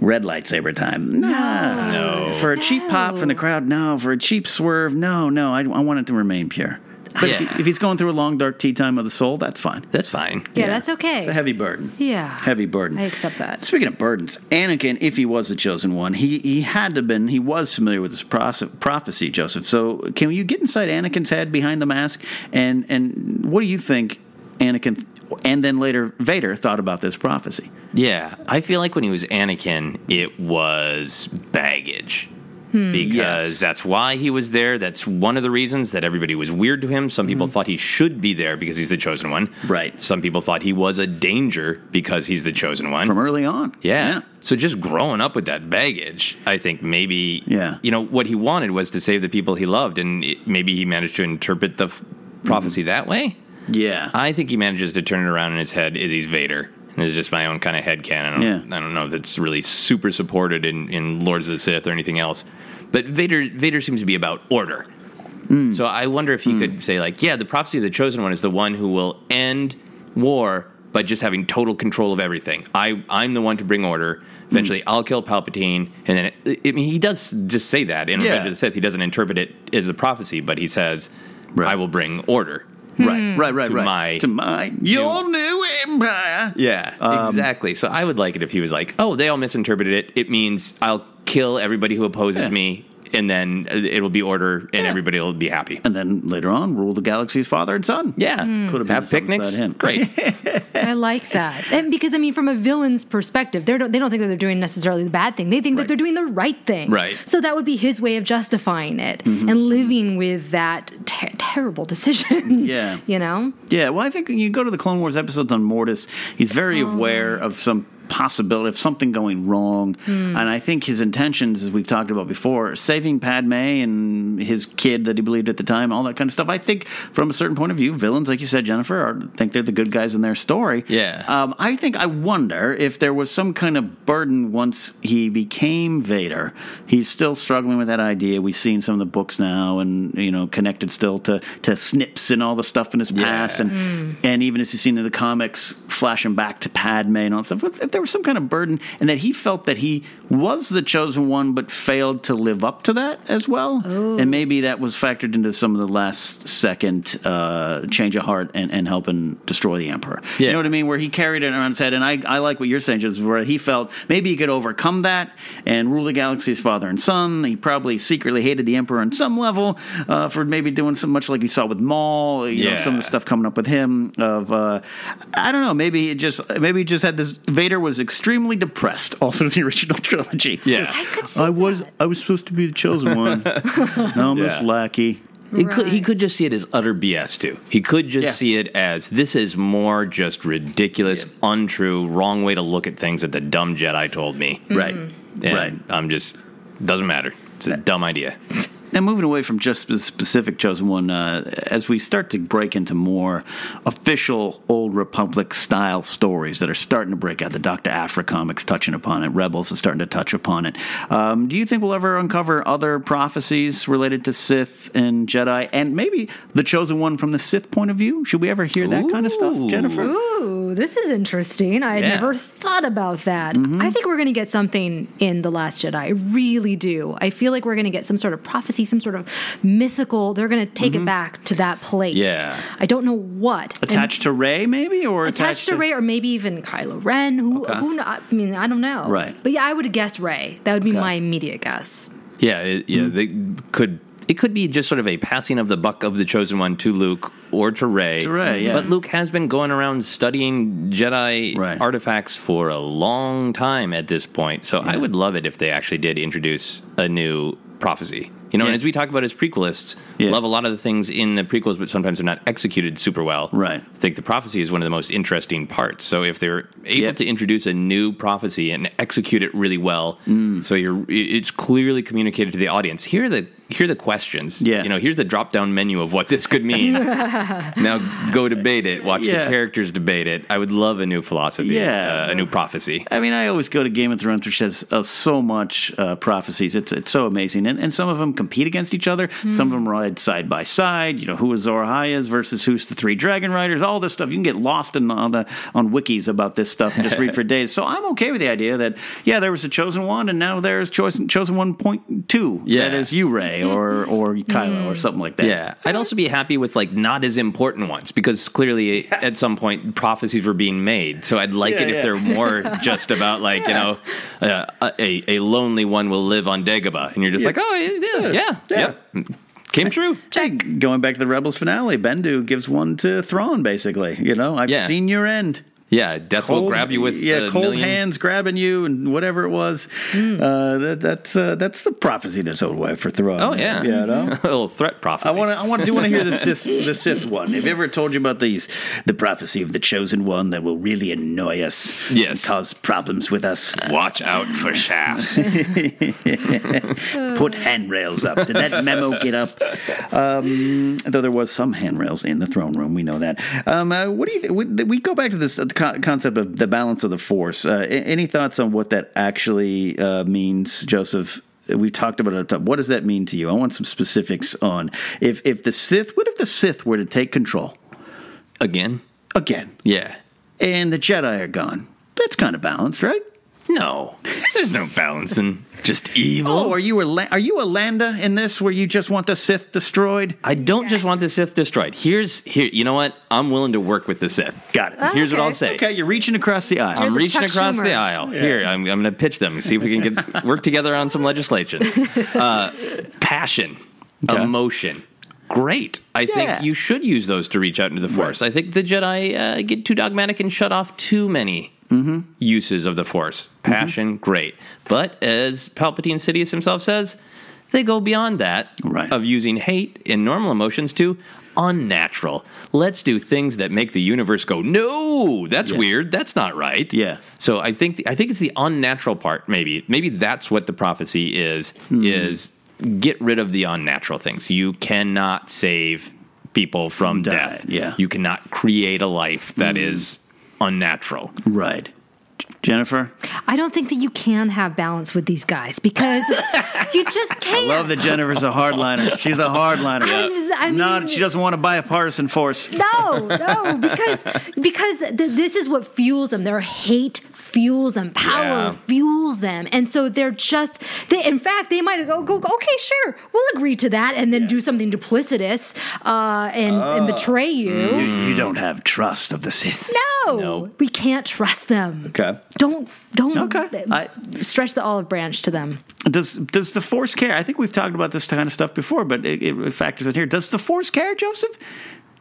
S4: red lightsaber time. Nah.
S5: No.
S4: For a cheap pop from the crowd, no. For a cheap swerve, no, no. I, I want it to remain pure. But if,
S5: Yeah.
S4: he- if he's going through a long, dark tea time of the soul, that's fine.
S5: That's fine.
S6: Yeah, that's okay.
S4: It's a heavy burden.
S6: Yeah.
S4: Heavy burden.
S6: I accept that.
S4: Speaking of burdens, Anakin, if he was the chosen one, he, he had to been, he was familiar with this proce- prophecy, Joseph. So can you get inside Anakin's head behind the mask? And, and what do you think Anakin, and then later Vader, thought about this prophecy?
S5: Yeah, I feel like when he was Anakin, it was baggage.
S4: Hmm.
S5: Because that's why he was there. That's one of the reasons that everybody was weird to him. Some people thought he should be there because he's the chosen one. Right. Some people thought he was a danger because he's the chosen one.
S4: From early on.
S5: Yeah. So just growing up with that baggage, I think maybe yeah. you know what he wanted was to save the people he loved and it, maybe he managed to interpret the f- prophecy that way.
S4: Yeah.
S5: I think he manages to turn it around in his head is he's Vader. And it's just my own kind of headcanon. I don't, I don't know if that's really super supported in, in Lords of the Sith or anything else. But Vader Vader seems to be about order.
S4: Mm.
S5: So I wonder if he could say like, yeah, the prophecy of the chosen one is the one who will end war by just having total control of everything. I I'm the one to bring order. Eventually,
S4: Mm.
S5: I'll kill Palpatine, and then it, I mean, he does just say that in
S4: Yeah.
S5: Revenge of the Sith. He doesn't interpret it as the prophecy, but he says, "I will bring order."
S4: Right, right, right,
S5: to
S4: right.
S5: My,
S4: to my your new empire.
S5: yeah,
S4: Um,
S5: exactly. So I would like it if he was like, "Oh, they all misinterpreted it. It means I'll kill everybody who opposes
S4: Yeah.
S5: me, and then uh, it'll be order, and everybody will be happy."
S4: And Mm. then later on, rule the galaxy's father and son.
S5: Yeah,
S4: could have been
S5: have
S4: something
S5: picnics.
S4: to that end.
S5: *laughs*
S4: *laughs*
S5: Great.
S6: I like that. And because I mean, from a villain's perspective, they don't they don't think that they're doing necessarily the bad thing. They think that they're doing the right thing.
S5: Right.
S6: So that would be his way of justifying it
S4: Mhm.
S6: and living with that ter- terrible
S4: *laughs*
S6: decision.
S4: Yeah.
S6: you know.
S4: Yeah, well, I think you go to the Clone Wars episodes on Mortis, he's very aware of some possibility of something going wrong.
S6: Hmm.
S4: And I think his intentions, as we've talked about before, saving Padme and his kid that he believed at the time, all that kind of stuff. I think from a certain point of view, villains, like you said, Jennifer, are, think they're the good guys in their story.
S5: Yeah.
S4: Um, I think I wonder if there was some kind of burden once he became Vader. He's still struggling with that idea. We've seen some of the books now, and you know, connected still to to Snips and all the stuff in his past, and and even as he's seen in the comics, flashing back to Padme and all that stuff. If there was some kind of burden, and that he felt that he was the chosen one, but failed to live up to that as well, and maybe that was factored into some of the last second uh, change of heart and, and helping destroy the Emperor. You know what I mean? Where he carried it around his head, and I, I like what you're saying, just where he felt maybe he could overcome that and rule the galaxy as father and son. He probably secretly hated the Emperor on some level uh, for maybe doing so much like he saw with Maul. You know, some of the
S5: Yeah.
S4: stuff coming up with him. Of uh, I don't know, maybe it just maybe he just had this. Vader was extremely depressed all through the *laughs* original trilogy.
S5: Yeah.
S4: I, was I was supposed to be the *laughs* chosen one. now I'm just
S5: Yeah.
S4: lackey.
S5: He could he could just see it as utter BS too. He could just
S4: Yeah.
S5: see it as this is more just ridiculous, untrue, wrong way to look at things that the dumb Jedi told me.
S4: Right.
S5: And
S4: Right.
S5: I'm just doesn't matter. It's a dumb idea.
S4: Now, moving away from just the specific chosen one, uh, as we start to break into more official old Republic style stories that are starting to break out, the Doctor Afra comics touching upon it, Rebels is starting to touch upon it. Um, do you think we'll ever uncover other prophecies related to Sith and Jedi, and maybe the chosen one from the Sith point of view? Should we ever hear that kind of stuff, Jennifer?
S6: *laughs* Ooh, this is interesting. I had
S4: Yeah.
S6: never thought about that.
S4: Mhm.
S6: I think we're going to get something in The Last Jedi. I really do. I feel like we're going to get some sort of prophecy, some sort of mythical. They're going to take it back to that place.
S4: Mm-hmm. Yeah.
S6: I don't know what. And
S4: Attached to Ray, maybe, or
S6: attached to Ray, or maybe even Kylo Ren. Who?
S4: Okay.
S6: Who? kn- I mean, I don't know.
S5: Right.
S6: But yeah, I would guess Ray. That would be
S5: Okay.
S6: my immediate guess.
S5: Yeah, it, yeah,
S4: Hmm.
S5: they could it could be just sort of a passing of the buck of the chosen one to Luke or to Ray. To
S4: Rey, yeah.
S5: But Luke has been going around studying Jedi artifacts for a long time at this point. So I would love it if they actually did introduce a new prophecy. You know, and
S4: Yeah.
S5: as we talk about as prequelists, love a lot of the things in the prequels, but sometimes they're not executed super well. Right. I think the prophecy is one of the most interesting parts. So if they're able to introduce a new prophecy and execute it really well,
S4: Mm.
S5: so you're it- it's clearly communicated to the audience. Here are the here are the questions. Yeah. You know, here's the drop down menu of what this could
S4: *laughs*
S5: mean. now go debate it. Watch
S4: Yeah.
S5: the characters debate it. I would love a new philosophy.
S4: Yeah.
S5: uh, a new prophecy.
S4: I mean, I always go to Game of Thrones, which has uh, so much uh, prophecies. It's it's so amazing, and, and some of them compete against each other. Some of them ride side by side. You know, who is Zorahayas versus who's the three Dragon Riders? All this stuff you can get lost in on the on wikis about this stuff and just read for days. So I'm okay with the idea that yeah, there was a chosen one, and now there's chosen chosen one point two.
S5: Yeah.
S4: that is you, Ray, or or Kylo, or something like that.
S5: Yeah, I'd also be happy with like not as important ones because clearly at some point prophecies were being made. So I'd like
S4: Yeah,
S5: it if
S4: yeah.
S5: they're
S4: *laughs*
S5: more just about like you know uh, a a lonely one will live on Dagobah, and you're just like oh yeah, yeah, yep. mm, Came true.
S4: Check. Going back to the Rebels finale, Bendu gives one to Thrawn, basically. You know, Oh, I've
S5: Yeah.
S4: seen your end.
S5: Yeah, death will
S4: Cold-
S5: grab you with
S4: yeah
S5: a
S4: cold
S5: million-
S4: hands grabbing you and whatever it was.
S5: Hmm.
S4: Uh, that, that's uh, that's the prophecy in its own way for Thrawn.
S5: Oh yeah,
S4: you
S5: *laughs*
S4: know.
S5: a little threat prophecy.
S4: I want to. I want to. Do want to hear the Sith, the Sith one? Have you ever told you about these? The prophecy of the chosen one that will really annoy us. Yes, cause problems with us.
S5: Watch out for
S4: *laughs*
S5: shafts.
S4: Put handrails up. Did that memo get up? Um, though there was some handrails in the throne room, we know that. Um, uh, what do you? Th- we, we go back to this uh, co- concept of the balance of the force. Uh, a- any thoughts on what that actually uh, means, Joseph? we talked about it. up top. What does that mean to you? I want some specifics on if if the Sith. What if the Sith were to take control
S5: again?
S4: Again,
S5: yeah.
S4: And the Jedi are gone. That's kind of balanced, right?
S5: No, there's no balance in just evil.
S4: Oh, are you a La- are you a Landa in this where you just want the Sith destroyed?
S5: I don't just want the Sith destroyed. Here's here. You know what? I'm willing to work with the Sith.
S4: Got it.
S6: Oh,
S5: Here's what
S6: okay.
S5: I'll say.
S4: Okay, you're reaching across the aisle.
S5: I'm
S6: You're the
S5: reaching
S6: Chuck
S5: across the
S6: Schumer.
S5: aisle. Here, I'm, I'm going to pitch them. See if we can
S6: *laughs*
S5: get work together on some legislation. Uh, passion, emotion. Great. I
S4: Yeah.
S5: think you should use those to reach out into the force. I think the Jedi uh, get too dogmatic and shut off too many uses of the force.
S4: Mm-hmm.
S5: Passion, great. But as Palpatine Sidious himself says, they go beyond that
S4: Right.
S5: of using hate and normal emotions to unnatural. Let's do things that make the universe go, no, that's
S4: Yeah.
S5: weird. That's not right.
S4: Yeah.
S5: So I think I think it's the unnatural part. Maybe maybe that's what the prophecy is
S4: Hmm.
S5: is get rid of the unnatural things. You cannot save people from
S4: Die,
S5: death.
S4: yeah. Hmm.
S5: You cannot create a life that is unnatural.
S4: Right, J- Jennifer.
S6: I don't think that you can have balance with these guys because you
S4: *laughs*
S6: just
S4: I
S6: can't.
S4: love that Jennifer's a hardliner. She's a hardliner.
S6: I'm- I
S4: no,
S6: mean-
S4: she doesn't want to buy a partisan force.
S6: No, no, because because th- this is what fuels them. Their hate fuels them. Power
S5: Yeah.
S6: fuels them, and so they're just. They, in fact, they might go, go, okay, sure, we'll agree to that, and then do something duplicitous uh, and, and betray you.
S4: You, you don't have trust of the Sith.
S6: No,
S5: No.
S6: we can't trust them.
S4: Okay.
S6: Don't don't
S4: Okay. I-
S6: stretch the olive branch to them.
S4: Does does the Force care? I think we've talked about this kind of stuff before, but it, it factors in here. Does the Force care, Joseph?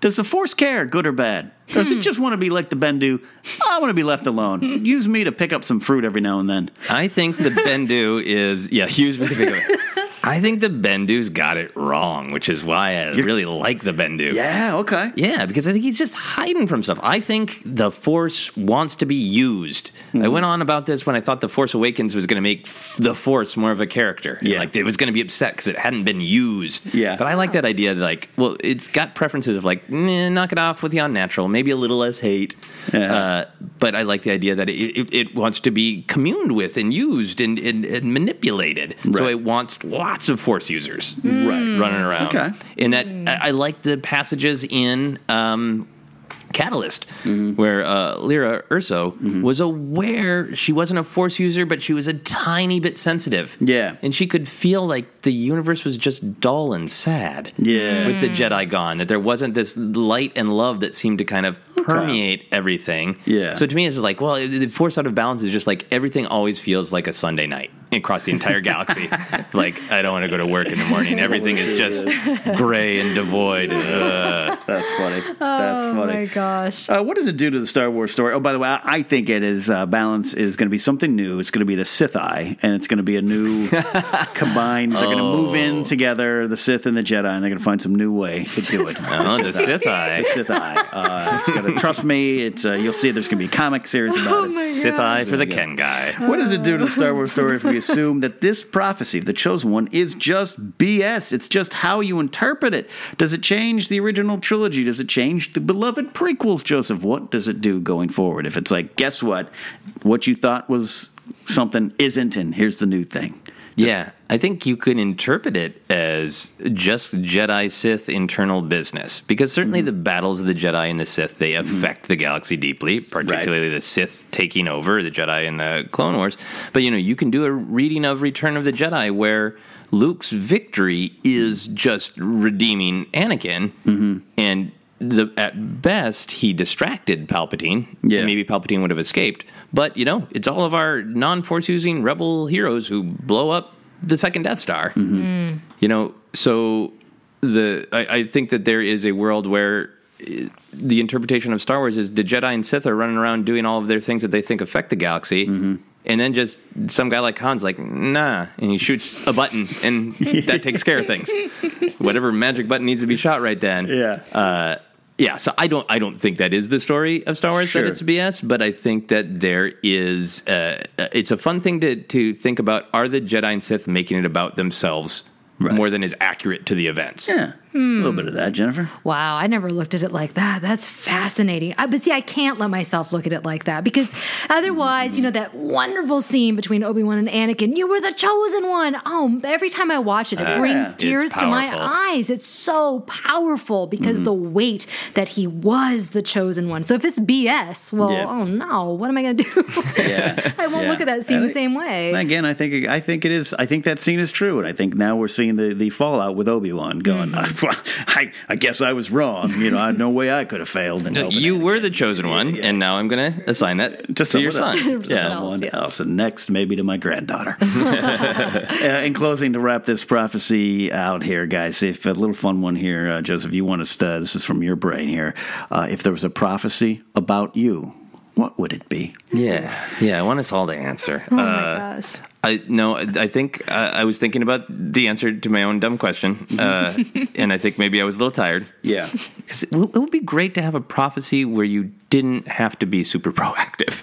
S4: Does the Force care, good or bad? Or
S6: Hmm.
S4: Does it just want to be like the Bendu? I want to be left alone. Use me to pick up some fruit every now and then.
S5: I think the Bendu is yeah. Hughes with the big one. I think the Bendu's got it wrong, which is why I really like the Bendu.
S4: Yeah. Okay.
S5: Yeah, because I think he's just hiding from stuff. I think the Force wants to be used.
S4: Hmm.
S5: I went on about this when I thought the Force Awakens was going to make f- the Force more of a character. And,
S4: Yeah.
S5: like it was going to be upset because it hadn't been used.
S4: Yeah.
S5: but I like that idea. That, like, well, it's got preferences of like nah, knock it off with the unnatural, maybe a little less hate.
S4: Yeah.
S5: Uh, but I like the idea that it, it, it wants to be communed with and used and, and, and manipulated. So
S4: Right. Mm.
S5: it wants lots of Force users
S4: Right.
S5: running around.
S4: Okay.
S5: And that I, I like the passages in um, Catalyst
S4: Mm-hmm.
S5: where uh, Lyra Urso was aware she wasn't a force user, but she was a tiny bit sensitive.
S4: Yeah.
S5: And she could feel like the universe was just dull and sad.
S4: Yeah.
S5: With the Jedi gone, that there wasn't this light and love that seemed to kind of permeate everything.
S4: Yeah.
S5: So to me, it's like, well, the force out of balance is just like everything always feels like a Sunday night across the entire galaxy. like I don't want to go to work in the morning. Everything is just gray and devoid. Ugh.
S4: That's funny. That's
S6: Oh
S4: funny.
S6: my gosh.
S4: Uh, what does it do to the Star Wars story? Oh, by the way, I, I think it is uh, balance is going to be something new. It's going to be the Sith Eye, and it's going to be
S5: *laughs*
S4: a new combined. They're going to move
S5: Oh.
S4: in together, the Sith and the Jedi, and they're going to find some new way
S5: *laughs*
S4: to do it.
S5: Oh, the Sith eye.
S4: Sith Eye. Uh, it's gonna, trust me, it's uh, you'll see. There's going to be a comic series about it.
S5: Sith eye for the Ken guy.
S4: What does it do to the Star Wars story if we assume that this prophecy, the chosen one, is just BS? It's just how you interpret it. Does it change the original trilogy? Does it change the beloved prequels, Joseph? What does it do going forward? If it's like, guess what? What you thought was something isn't, and here's the new thing.
S5: Yeah, I think you could interpret it as just Jedi Sith internal business because certainly the battles of the Jedi and the Sith they affect the galaxy deeply, particularly the Sith taking over the Jedi in the Clone Wars. But you know, you can do a reading of Return of the Jedi where Luke's victory is just redeeming Anakin and the, at best, he distracted Palpatine.
S4: Yeah.
S5: Maybe Palpatine would have escaped. But, you know, it's all of our non force using rebel heroes who blow up the second Death Star. You know, so the I, I think that there is a world where eh, the interpretation of Star Wars is the Jedi and Sith are running around doing all of their things that they think affect the galaxy. And then just some guy like Han's like, nah, and he shoots a button, and that takes care of things. Whatever magic button needs to be shot right then.
S4: Yeah.
S5: Uh, yeah, so I don't, I don't think that is the story of Star Wars
S4: Sure.
S5: that it's BS, but I think that there is, uh, uh, it's a fun thing to to think about. Are the Jedi and Sith making it about themselves
S4: Right.
S5: more than is accurate to the events?
S4: Yeah. A little bit of that, Jennifer.
S6: Wow, I never looked at it like that. That's fascinating. I, but see, I can't let myself look at it like that because otherwise, you know, that wonderful scene between Obi Wan and Anakin, you were the chosen one. Oh, every time I watch it, it
S13: Ah,
S6: brings
S13: it's
S6: tears to my
S13: powerful.
S6: eyes. It's so powerful because
S13: Mhm.
S6: the weight that he was the chosen one. So if it's BS, well,
S4: Yeah.
S6: oh no, what am I going to do? *laughs*
S4: Yeah,
S6: I won't
S4: Yeah.
S6: look at that scene
S4: And
S6: the same way.
S4: And again, I think I think it is. I think that scene is true, and I think now we're seeing the, the fallout with Obi Wan going.
S6: Mm.
S4: *laughs* I, I guess I was wrong. You know, I no way I could have failed. And
S5: No, you were the chosen one, and now I'm going to assign that to, your
S4: someone
S5: son.
S4: else. Someone else, and next maybe to my granddaughter. Uh, in closing, to wrap this prophecy out here, guys, if a little fun one here, uh, Joseph, you want us to, this is from your brain here. Uh, if there was a prophecy about you, what would it be?
S5: Yeah, yeah. I want us all to answer. Uh,
S4: Oh my
S6: gosh.
S5: I no. I I think uh, I was thinking about the answer to my own dumb question, uh, and I think maybe I was a little tired.
S4: Yeah,
S5: because it, w- it would be great to have a prophecy where you didn't have to be super *laughs* proactive.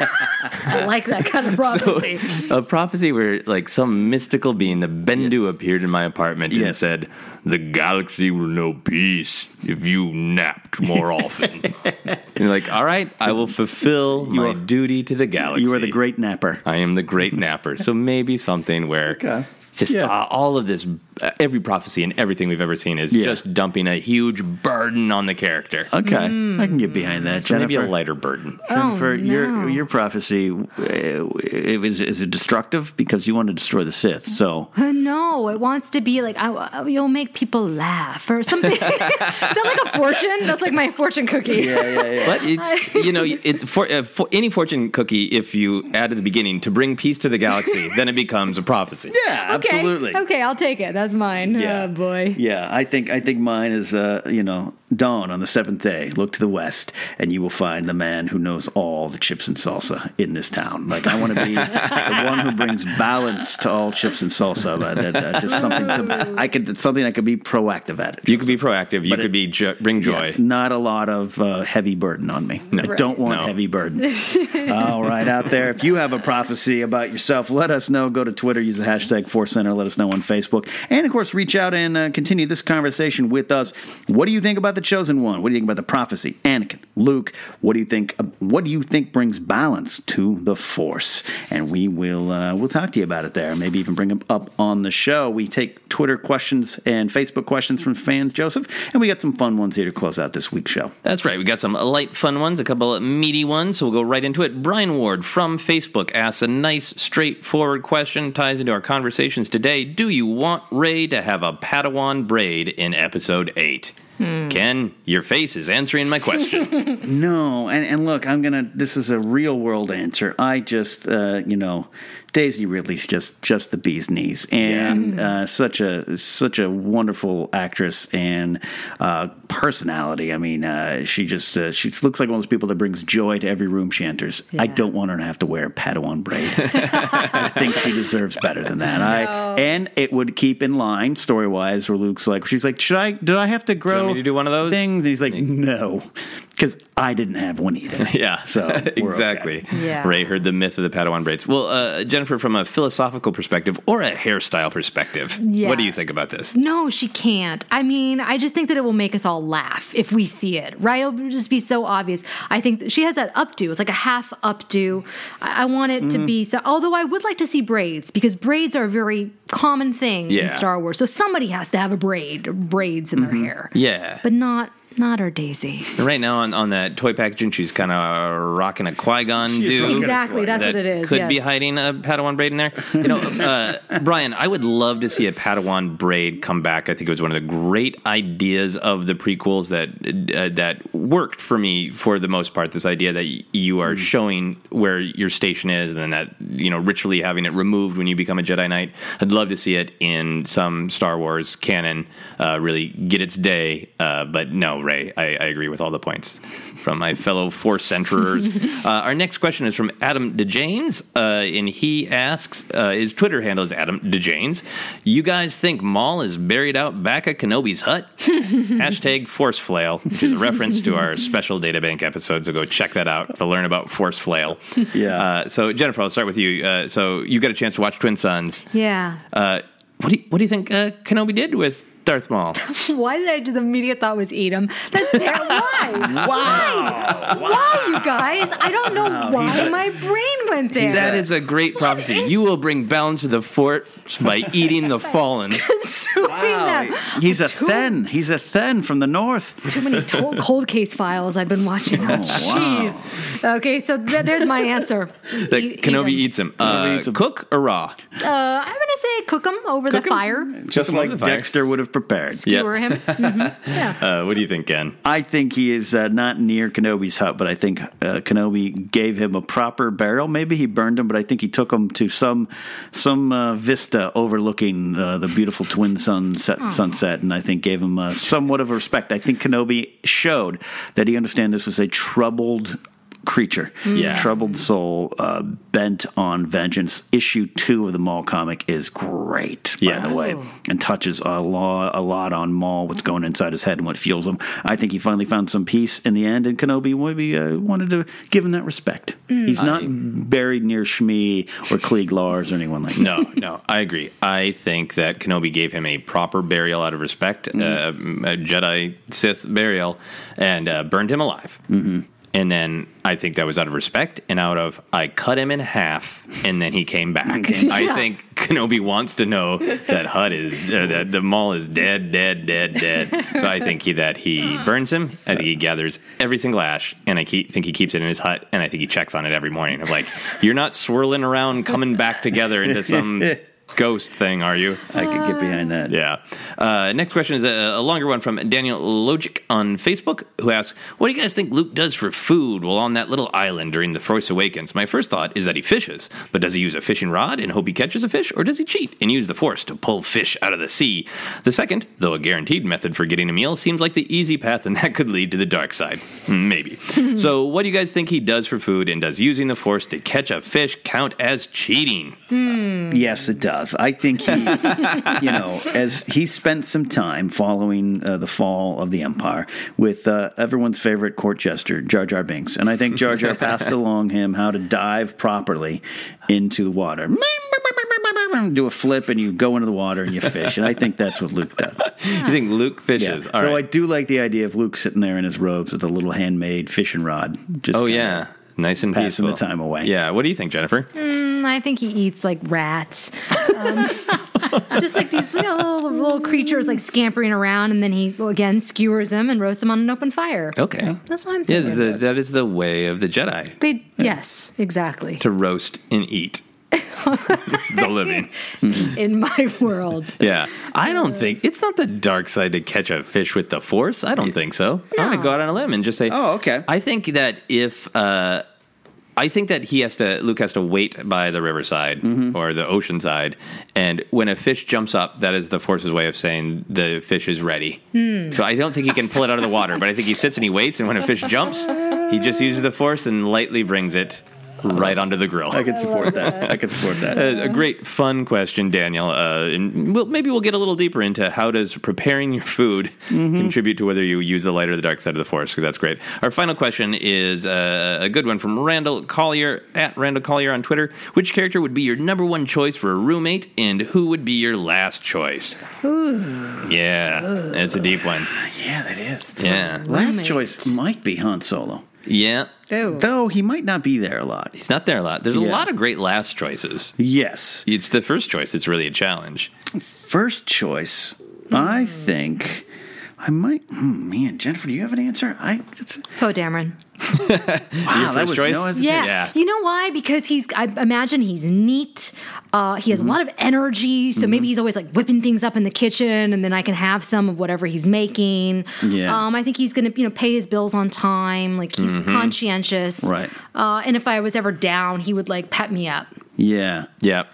S6: I like that kind of prophecy.
S5: a prophecy where like some mystical being, the Bendu, appeared in my apartment and said, "The galaxy will know peace if you napped more
S4: *laughs*
S5: often." and you're like, "All right, I will fulfill my duty to the galaxy." You are the
S4: great napper.
S5: I am the great napper. So maybe something
S4: *laughs*
S5: where. Just
S4: Yeah.
S5: uh, all of this, uh, every prophecy and everything we've ever seen is
S4: Yeah.
S5: just dumping a huge burden on the character.
S4: *laughs* Okay, I can get behind that.
S5: So maybe a
S4: Jennifer.
S5: lighter burden.
S6: Oh,
S4: Jennifer,
S5: no.
S4: your your prophecy uh, it was, is it destructive because you want to destroy the Sith? So
S6: Uh, no, it wants to be like I, I- you'll make people laugh or something. *laughs* Is that like a fortune? That's like my fortune cookie.
S5: But it's you know it's for, uh, for any fortune cookie. If you add at the beginning to bring peace to the
S4: *laughs*
S5: galaxy, then it becomes a prophecy.
S4: Yeah,
S6: *laughs* okay. Okay, I'll take it. That's mine.
S4: Yeah.
S6: Oh boy.
S4: Yeah, I think I think mine is uh, you know, dawn on the seventh day. Look to the west, and you will find the man who knows all the chips and salsa in this town. Like I want to be the one who brings balance to all chips and salsa. But that, that- just something to, I could it's something I could be proactive at. It.
S5: You could be proactive. You
S4: But
S5: could
S4: it-
S5: be jo- bring joy.
S4: Yeah, not a lot of uh, heavy burden on me. I don't want
S5: No.
S4: heavy burden. All right, out there. If you have a prophecy about yourself, let us know. Go to Twitter, use the hashtag Force Center. Let us know on Facebook, and of course, reach out and uh, continue this conversation with us. What do you think about the chosen one? What do you think about the prophecy? Anakin, Luke. What do you think? What do you think brings balance to the Force? And we will uh, we'll talk to you about it there. Maybe even bring them up on the show. We take Twitter questions and Facebook questions from fans, Joseph, and we got some fun ones here to close out this week's show.
S5: That's right. We got some light, fun ones, a couple of meaty ones. So we'll go right into it. Brian Ward from Facebook asks a nice, straightforward question, ties into our conversations today. Do you want Ray to have a Padawan braid in episode eight?
S4: Hmm.
S5: Ken, your face is answering my question.
S4: *laughs* no, and, and look, I'm gonna. This is a real world answer. I just, uh, you know, Daisy Ridley's just just the bee's knees, and
S6: Mm-hmm.
S4: uh, such a such a wonderful actress and uh, personality. I mean, uh, she just uh, she looks like one of those people that brings joy to every room chanters. I don't want her to have to wear a Padawan braid. I think she deserves better than that. I and it would keep in line story wise where Luke's like she's like, should I do I have to grow
S5: me to do one of those
S4: things? And he's like, no, because I didn't have one either.
S5: Yeah. So *laughs* exactly.
S4: Yeah.
S5: Ray heard the myth of the Padawan braids. Well, uh, Jennifer, from a philosophical perspective or a hairstyle perspective,
S6: Yeah.
S5: what do you think about this?
S6: No, she can't. I mean, I just think that it will make us all laugh if we see it, right? It'll just be so obvious. I think that she has that updo. It's like a half updo. I, I want it to
S5: Mm.
S13: Mhm.
S6: be so. Although I would like to see braids because braids are a very common thing in
S5: Yeah.
S6: Star Wars. So somebody
S5: *laughs*
S6: has to have a braid, or braids in their hair,
S5: Yeah.
S6: but not not our Daisy.
S5: Right now on, on that toy packaging, she's kind of rocking a Qui Gon
S6: She's
S5: dude.
S6: rocking a Exactly, Qui-Gon. that's
S5: That
S6: what it is,
S5: Could be
S6: yes.
S5: hiding a Padawan braid in there. You
S6: *laughs*
S5: know, uh, Brian, I would love to see a Padawan braid come back. I think it was one of the great ideas of the prequels that uh, that worked for me for the most part. This idea that y- you
S6: Mm.
S5: are showing where your station is, and then that you know ritually having it removed when you become a Jedi Knight. I'd love to see it in some Star Wars canon uh, really get its day. Uh, but no, Ray, I, I agree with all the points from my fellow Force Centerers. uh, our next question is from Adam DeJanes, uh, and he asks uh, His Twitter handle is Adam DeJanes. You guys think Maul is buried out back at Kenobi's hut? Hashtag Force Flail, which is a reference to our special data bank episode. So go check that out to learn about Force Flail. Yeah. Uh, so, Jennifer, I'll start with you. Uh, so, you got a chance to watch Twin Sons.
S6: Yeah.
S5: Uh, what do you, what do you think uh, Kenobi did with Darth Maul.
S6: *laughs* Why did I do the immediate thought was eat him? That's terrible. why?
S5: *laughs* Wow.
S6: Why? Why, you guys? I don't know
S5: Wow.
S6: why
S5: He's a-
S6: my brain went there.
S5: That *laughs* is a great prophecy. You will bring balance to the fort by eating
S4: *laughs*
S5: the fallen.
S6: Consuming them.
S4: He's a Then he's a Then from the north.
S6: Too many to- cold case files I've
S5: *laughs*
S6: been watching.
S4: Oh,
S6: Jeez. Okay, so th- there's my answer.
S5: That Kenobi eats him. Uh, Cook or raw?
S6: Uh, I'm going to say cook them over the fire.
S4: Just like Dexter would have prepared.
S6: Skewer him. Mm-hmm.
S5: *laughs* Uh, what do you think, Ken?
S4: I think he is uh, not near Kenobi's hut, but I think uh, Kenobi gave him a proper burial. Maybe he burned him, but I think he took him to some some uh, vista overlooking uh, the beautiful twin sunset,
S6: Aw.
S4: sunset, and I think gave him uh, somewhat of a respect. I think Kenobi showed that he understand this was a troubled creature,
S5: Mm. Yeah.
S4: troubled soul, uh, bent on vengeance. Issue two of the Maul comic is great, by the way, and touches a lot, a lot on Maul, what's going inside his head and what fuels him. I think he finally found some peace in the end, and Kenobi maybe uh, wanted to give him that respect.
S5: Mm.
S4: He's not
S5: I-
S4: buried near Shmi or Klieg Lars or anyone like that.
S5: No, no, I agree. I think that Kenobi gave him a proper burial out of respect,
S4: Mm.
S5: uh, a Jedi Sith burial, and uh, burned him alive. Mm-hmm. And then I think that was out of respect and out of I cut him in half, and then he came back.
S4: Okay.
S5: I
S4: Yeah.
S5: think Kenobi wants to know that Hut is uh, that the mall is dead, dead, dead, dead. So I think he, that he burns him. I think he gathers every single ash, and I keep, think he keeps it in his hut, and I think he checks on it every morning. I'm like, you're not swirling around, coming back together into some ghost thing, are you?
S4: I could get behind that.
S5: Yeah. Uh, next question is a, a longer one from Daniel Logic on Facebook, who asks, "What do you guys think Luke does for food while on that little island during the Force Awakens?" My first thought is that he fishes, but does he use a fishing rod and hope he catches a fish, or does he cheat and use the Force to pull fish out of the sea? The second, though a guaranteed method for getting a meal, seems like the easy path, and *laughs* that could lead to the dark side, Mm, maybe. so, what do you guys think he does for food, and does using the Force to catch a fish count as cheating?
S6: Hmm.
S4: Yes, it does. I think *laughs* he, you know, as he spent some time following uh, the fall of the empire with uh, everyone's favorite court jester, Jar Jar Binks, and I think Jar *laughs* Jar passed along him how to dive properly into the water. Do a flip and you go into the water and you fish, and I think that's what Luke does.
S5: You think Luke fishes? All
S4: Though
S5: right.
S4: I do like the idea of Luke sitting there in his robes with a little handmade fishing rod. Just
S5: oh
S4: kinda
S5: yeah, nice and
S4: passing
S5: peaceful.
S4: the time away.
S5: Yeah. What do you think, Jennifer?
S6: Mm, I think he eats like rats. Um, *laughs* just like these you know, little, little creatures like scampering around, and then he again skewers them and roasts them on an open fire.
S5: Okay.
S6: That's what I'm
S5: Yeah,
S6: thinking.
S5: the- that is the way of the Jedi
S6: they, yes, exactly.
S5: to roast and eat the living.
S6: *laughs* In my world.
S5: Yeah, I don't think it's not the dark side to catch a fish with the force. I don't think so. I'm gonna go out on a limb and just say, oh, okay. I think that if uh, I think that he has to, Luke has to wait by the riverside or the ocean side, and when a fish jumps up, that is the force's way of saying the fish is ready.
S13: Hmm.
S5: So I don't think he can pull it out of the water, but I think he sits and he waits, and when a fish jumps, he just uses the force and lightly brings it. Right onto the grill.
S4: I can support that. I can support that.
S5: Uh, a great fun question, Daniel. Uh, and we'll, maybe we'll get a little deeper into how does preparing your food contribute to whether you use the light or the dark side of the force? Because that's great. Our final question is uh, a good one from Randall Collier at Randall Collier on Twitter. Which character would be your number one choice for a roommate, and who would be your last choice?
S6: Ooh.
S5: Yeah, it's a deep one.
S4: Yeah, that is.
S5: Yeah.
S4: Last choice might be Han Solo.
S5: Yeah.
S4: Though he might not be there a lot.
S5: He's not there a lot. There's a
S4: Yeah.
S5: lot of great last choices.
S4: Yes.
S5: It's the first choice. It's really a challenge.
S4: First choice, I think I might. Oh, man, Jennifer, do you have an answer? I. It's,
S6: Poe Dameron.
S4: wow,
S5: Your first choice?
S4: no hesitation.
S6: Yeah. You know why? Because he's, I imagine he's neat. Uh, he
S4: Mm-hmm.
S6: has a lot of energy. So maybe he's always like whipping things up in the kitchen and then I can have some of whatever he's making.
S4: Yeah.
S6: Um, I think he's going to, you know, pay his bills on time. Like he's
S4: Mhm.
S6: conscientious.
S4: Right.
S6: Uh, and if I was ever down, he would like pep me up.
S4: Yeah.
S5: Yeah.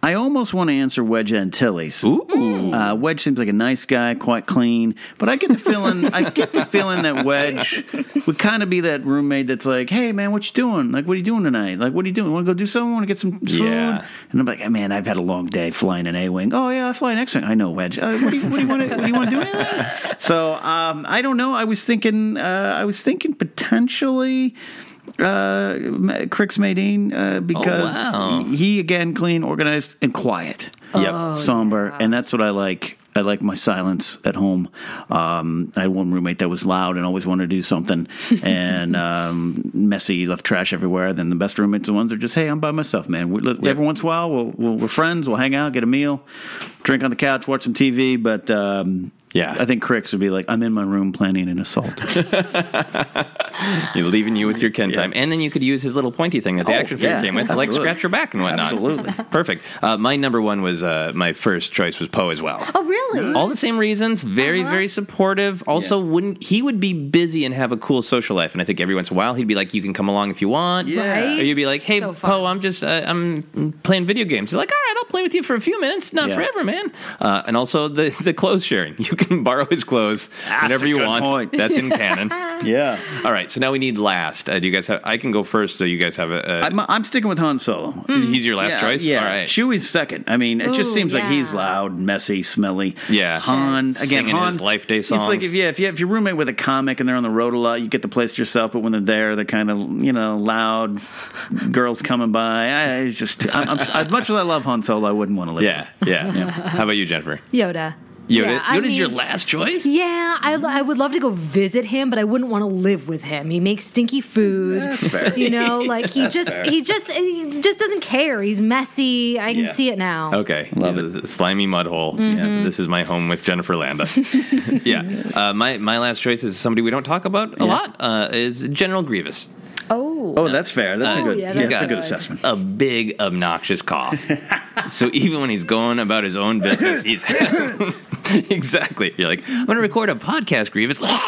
S4: I almost want to answer Wedge Antilles.
S5: Ooh.
S4: Uh, Wedge seems like a nice guy, quite clean, but I get the feeling I get the feeling that Wedge would kind of be that roommate that's like, "Hey man, what you doing? Like, what are you doing tonight? Like, what are you doing? Want to go do something? Want to get some food?"
S5: Yeah.
S4: And I'm like, "Oh, "Man, I've had a long day flying an A-wing. Oh yeah, I fly an X-wing. I know Wedge. Uh, what do you what do you want to what do you want to do anything?" *laughs* So um, I don't know. I was thinking uh, I was thinking potentially uh Ma- Crix Maydeen uh because
S5: Oh, wow.
S4: he again clean organized and quiet
S5: Yep. Oh,
S4: somber and that's what I like I like my silence at home. Um, I had one roommate that was loud and always wanted to do something and um, messy, left trash everywhere. Then the best roommates are the ones that are just, hey, I'm by myself, man. We, look, Every once in a while, we'll, we'll, we're friends, we'll hang out, get a meal, drink on the couch, watch some TV. But um, yeah, I think Cricks would be like, I'm in my room planning an assault.
S5: *laughs* You're leaving you with your Ken time. And then you could use his little pointy thing that the
S4: Oh,
S5: action figure
S4: yeah.
S5: came with, like
S4: Absolutely.
S5: scratch your back and whatnot.
S4: Absolutely.
S5: *laughs* Perfect. Uh, my number one was, uh, my first choice was Poe as well.
S13: Oh, really?
S5: All the same reasons. Very,
S13: Uh-huh.
S5: very supportive. Also, wouldn't he would be busy and have a cool social life? And I think every once in a while he'd be like, "You can come along if you want."
S13: Yeah. Right?
S5: Or you'd be like, "Hey,
S13: So fun.
S5: Poe, I'm just uh, I'm playing video games." You're like, "All right, I'll play with you for a few minutes, not
S13: Yeah.
S5: forever, man." Uh, and also the the clothes sharing. *laughs* You can borrow his clothes whenever
S4: a
S5: you
S4: good
S5: want.
S4: point.
S5: That's
S4: *laughs*
S5: in canon.
S4: yeah.
S5: All right. So now we need last. Uh, do you guys have? I can go first. So you guys have a. a
S4: I'm, I'm sticking with Han Solo.
S5: He's your last
S4: yeah,
S5: choice.
S4: Yeah.
S5: All right.
S4: Chewie's second. I mean, it just
S5: Ooh,
S4: seems like he's
S5: yeah.
S4: loud, messy, smelly.
S5: Yeah.
S4: Han again.
S5: Singing
S4: Han,
S5: his Life Day
S4: It's like
S5: songs.
S4: if yeah, if you if your roommate with a comic and they're on the road a lot, you get the place to yourself. But when they're there, they're kind of you know loud. *laughs* girls coming by. I it's just I'm, I'm, as much as I love Han Solo, I wouldn't want to live.
S5: Yeah. Yeah. How about you, Jennifer?
S6: Yoda.
S5: Yoda.
S6: Yeah, *laughs* I
S5: Yoda's your
S6: mean-
S5: last
S6: *laughs*
S5: choice.
S6: Yeah, I,
S5: Mm-hmm.
S6: I would love to go visit him, but I wouldn't want to live with him. He makes stinky food.
S5: That's fair.
S6: You know, like he
S5: That's
S6: just
S5: fair.
S6: he just he just doesn't care. He's messy. I can
S5: Yeah.
S6: see it now.
S5: Okay, love it. Slimy mud hole.
S6: Mhm.
S5: This is my home with Jennifer
S6: *laughs*
S5: Landa. yeah, uh, my my last choice is somebody we don't talk about a lot. Uh, is General Grievous.
S6: Oh.
S4: Oh, that's fair. That's a
S5: Uh,
S4: good.
S5: he
S4: that's
S5: got
S4: a good assessment.
S5: A big obnoxious
S4: *laughs*
S5: cough. so even when he's going about his own business, he's *laughs* exactly. You're like, I'm going to record a podcast, Grievous. *laughs*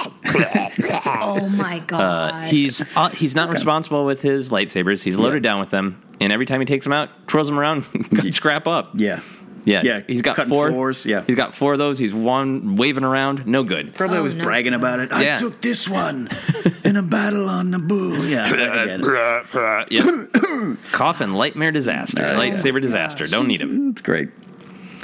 S6: Oh my god.
S5: Uh, he's uh, he's not responsible with his lightsabers. He's loaded down with them, and every time he takes them out, twirls them around, *laughs* scrap up.
S4: Yeah,
S5: yeah,
S4: Yeah,
S5: He's got
S4: cutting
S5: four.
S4: fours,
S5: Yeah, he's got four of those. He's one waving around. No good.
S6: Oh,
S4: Probably was bragging about it. I
S5: Yeah.
S4: took this one in a battle on Naboo. Yeah, I get it.
S5: *laughs* yeah. *coughs* Coffin nightmare disaster, lightsaber disaster. Don't need him.
S4: That's great.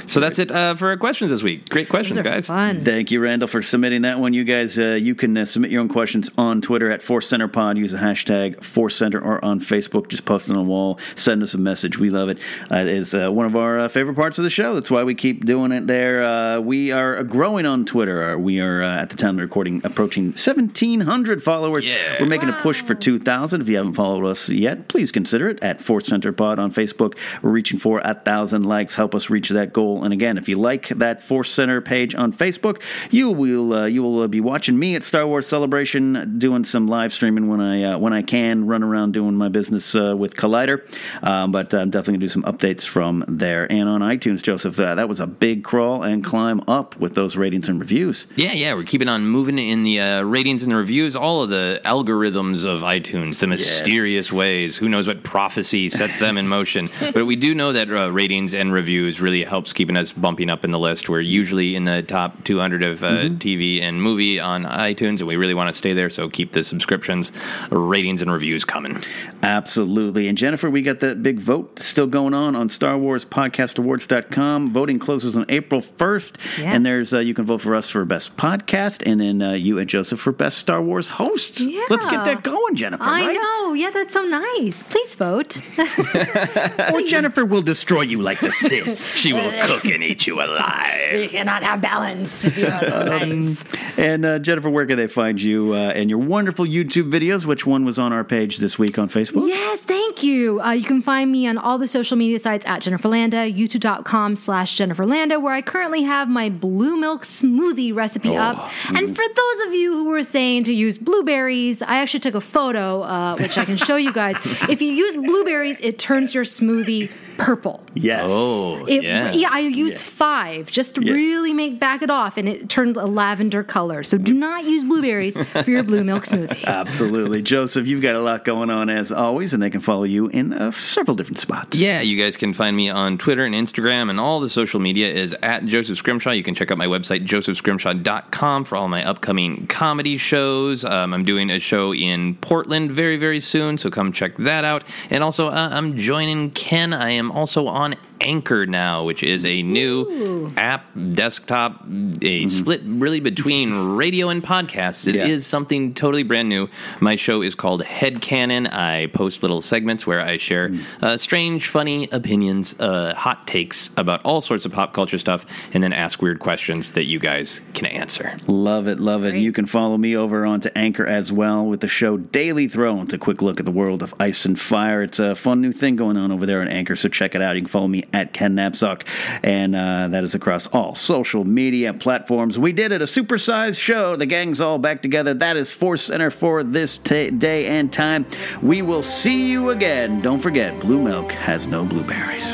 S5: So that's it uh, for our questions this week. Great questions, guys.
S4: Thank you, Randall, for submitting that one. You guys, uh, you can uh, submit your own questions on Twitter at Force Center Pod. Use the hashtag Force Center or on Facebook. Just post it on the wall. Send us a message. We love it. Uh, it is uh, one of our uh, favorite parts of the show. That's why we keep doing it there. Uh, we are growing on Twitter. We are, uh, at the time of recording, approaching 1,700 followers.
S5: Yeah.
S4: We're making a push for 2,000. If you haven't followed us yet, please consider it at Force Center Pod on Facebook. We're reaching for a 1,000 likes. Help us reach that goal. And again, if you like that Force Center page on Facebook, you will uh, you will uh, be watching me at Star Wars Celebration doing some live streaming when I uh, when I can run around doing my business uh, with Collider. Um, but I'm definitely gonna do some updates from there and on iTunes. Joseph, uh, that was a big crawl and climb up with those ratings and reviews.
S5: Yeah, yeah, we're keeping on moving in the uh, ratings and the reviews, all of the algorithms of iTunes, the mysterious ways. Who knows what prophecy sets them in motion? but we do know that uh, ratings and reviews really helps keeping us bumping up in the list. We're usually in the top 200 of uh, TV and movie on iTunes, and we really want to stay there. So keep the subscriptions, ratings, and reviews coming.
S4: Absolutely. And Jennifer, we got that big vote still going on on Star Wars Podcast Awards.com. Voting closes on April 1st.
S6: Yes.
S4: And there's uh, you can vote for us for best podcast and then uh, you and Joseph for best Star Wars hosts.
S6: Yeah.
S4: Let's get that going, Jennifer,
S6: I
S4: right?
S6: know. Yeah, that's so nice. Please vote. *laughs*
S4: Or Jennifer will destroy you like the
S6: *laughs*
S4: Sith.
S5: she will cook and eat you alive.
S6: you cannot
S5: *laughs*
S6: have balance.
S4: Um, and uh, Jennifer, where can they find you uh, and your wonderful YouTube videos? Which one was on our page this week on
S6: *laughs*
S4: Facebook?
S6: Yes, thank you. Uh, you can find me on all the social media sites at Jennifer Landa, youtube.com slash Jennifer Landa, where I currently have my blue milk smoothie recipe up. And for those of you who were saying to use blueberries, I actually took a photo, uh, which I can show you guys. if you use blueberries, it turns your smoothie purple.
S4: Yes.
S5: Oh,
S6: It,
S5: yeah.
S6: yeah. I used five just to really make back it off, and it turned a lavender color. So do not use blueberries for your blue milk smoothie.
S4: Absolutely. Joseph, you've got a lot going on as always, and they can follow you in uh, several different spots.
S5: Yeah, you guys can find me on Twitter and Instagram, and all the social media is at Joseph Scrimshaw. You can check out my website, josephscrimshaw.com, for all my upcoming comedy shows. Um, I'm doing a show in Portland very, very soon, so come check that out. And also, uh, I'm joining Ken. I am also on Anchor now, which is a new app, desktop, a split really between radio and podcasts. It is
S4: Mm-hmm. Yeah.
S5: something totally brand new. My show is called Headcanon. I post little segments where I share
S4: Mm.
S5: uh, strange, funny opinions, uh, hot takes about all sorts of pop culture stuff, and then ask weird questions that you guys can answer.
S4: Love it, love it. You can follow me over onto Anchor as well with the show Daily Throw. It's a quick look at the world of ice and fire. It's a fun new thing going on over there on Anchor, so check it out. You can follow me at Ken Knapsack, and uh, that is across all social media platforms. We did it, a supersized show. The gang's all back together. That is Force Center for this ta day and time. We will see you again. Don't forget, blue milk has no blueberries.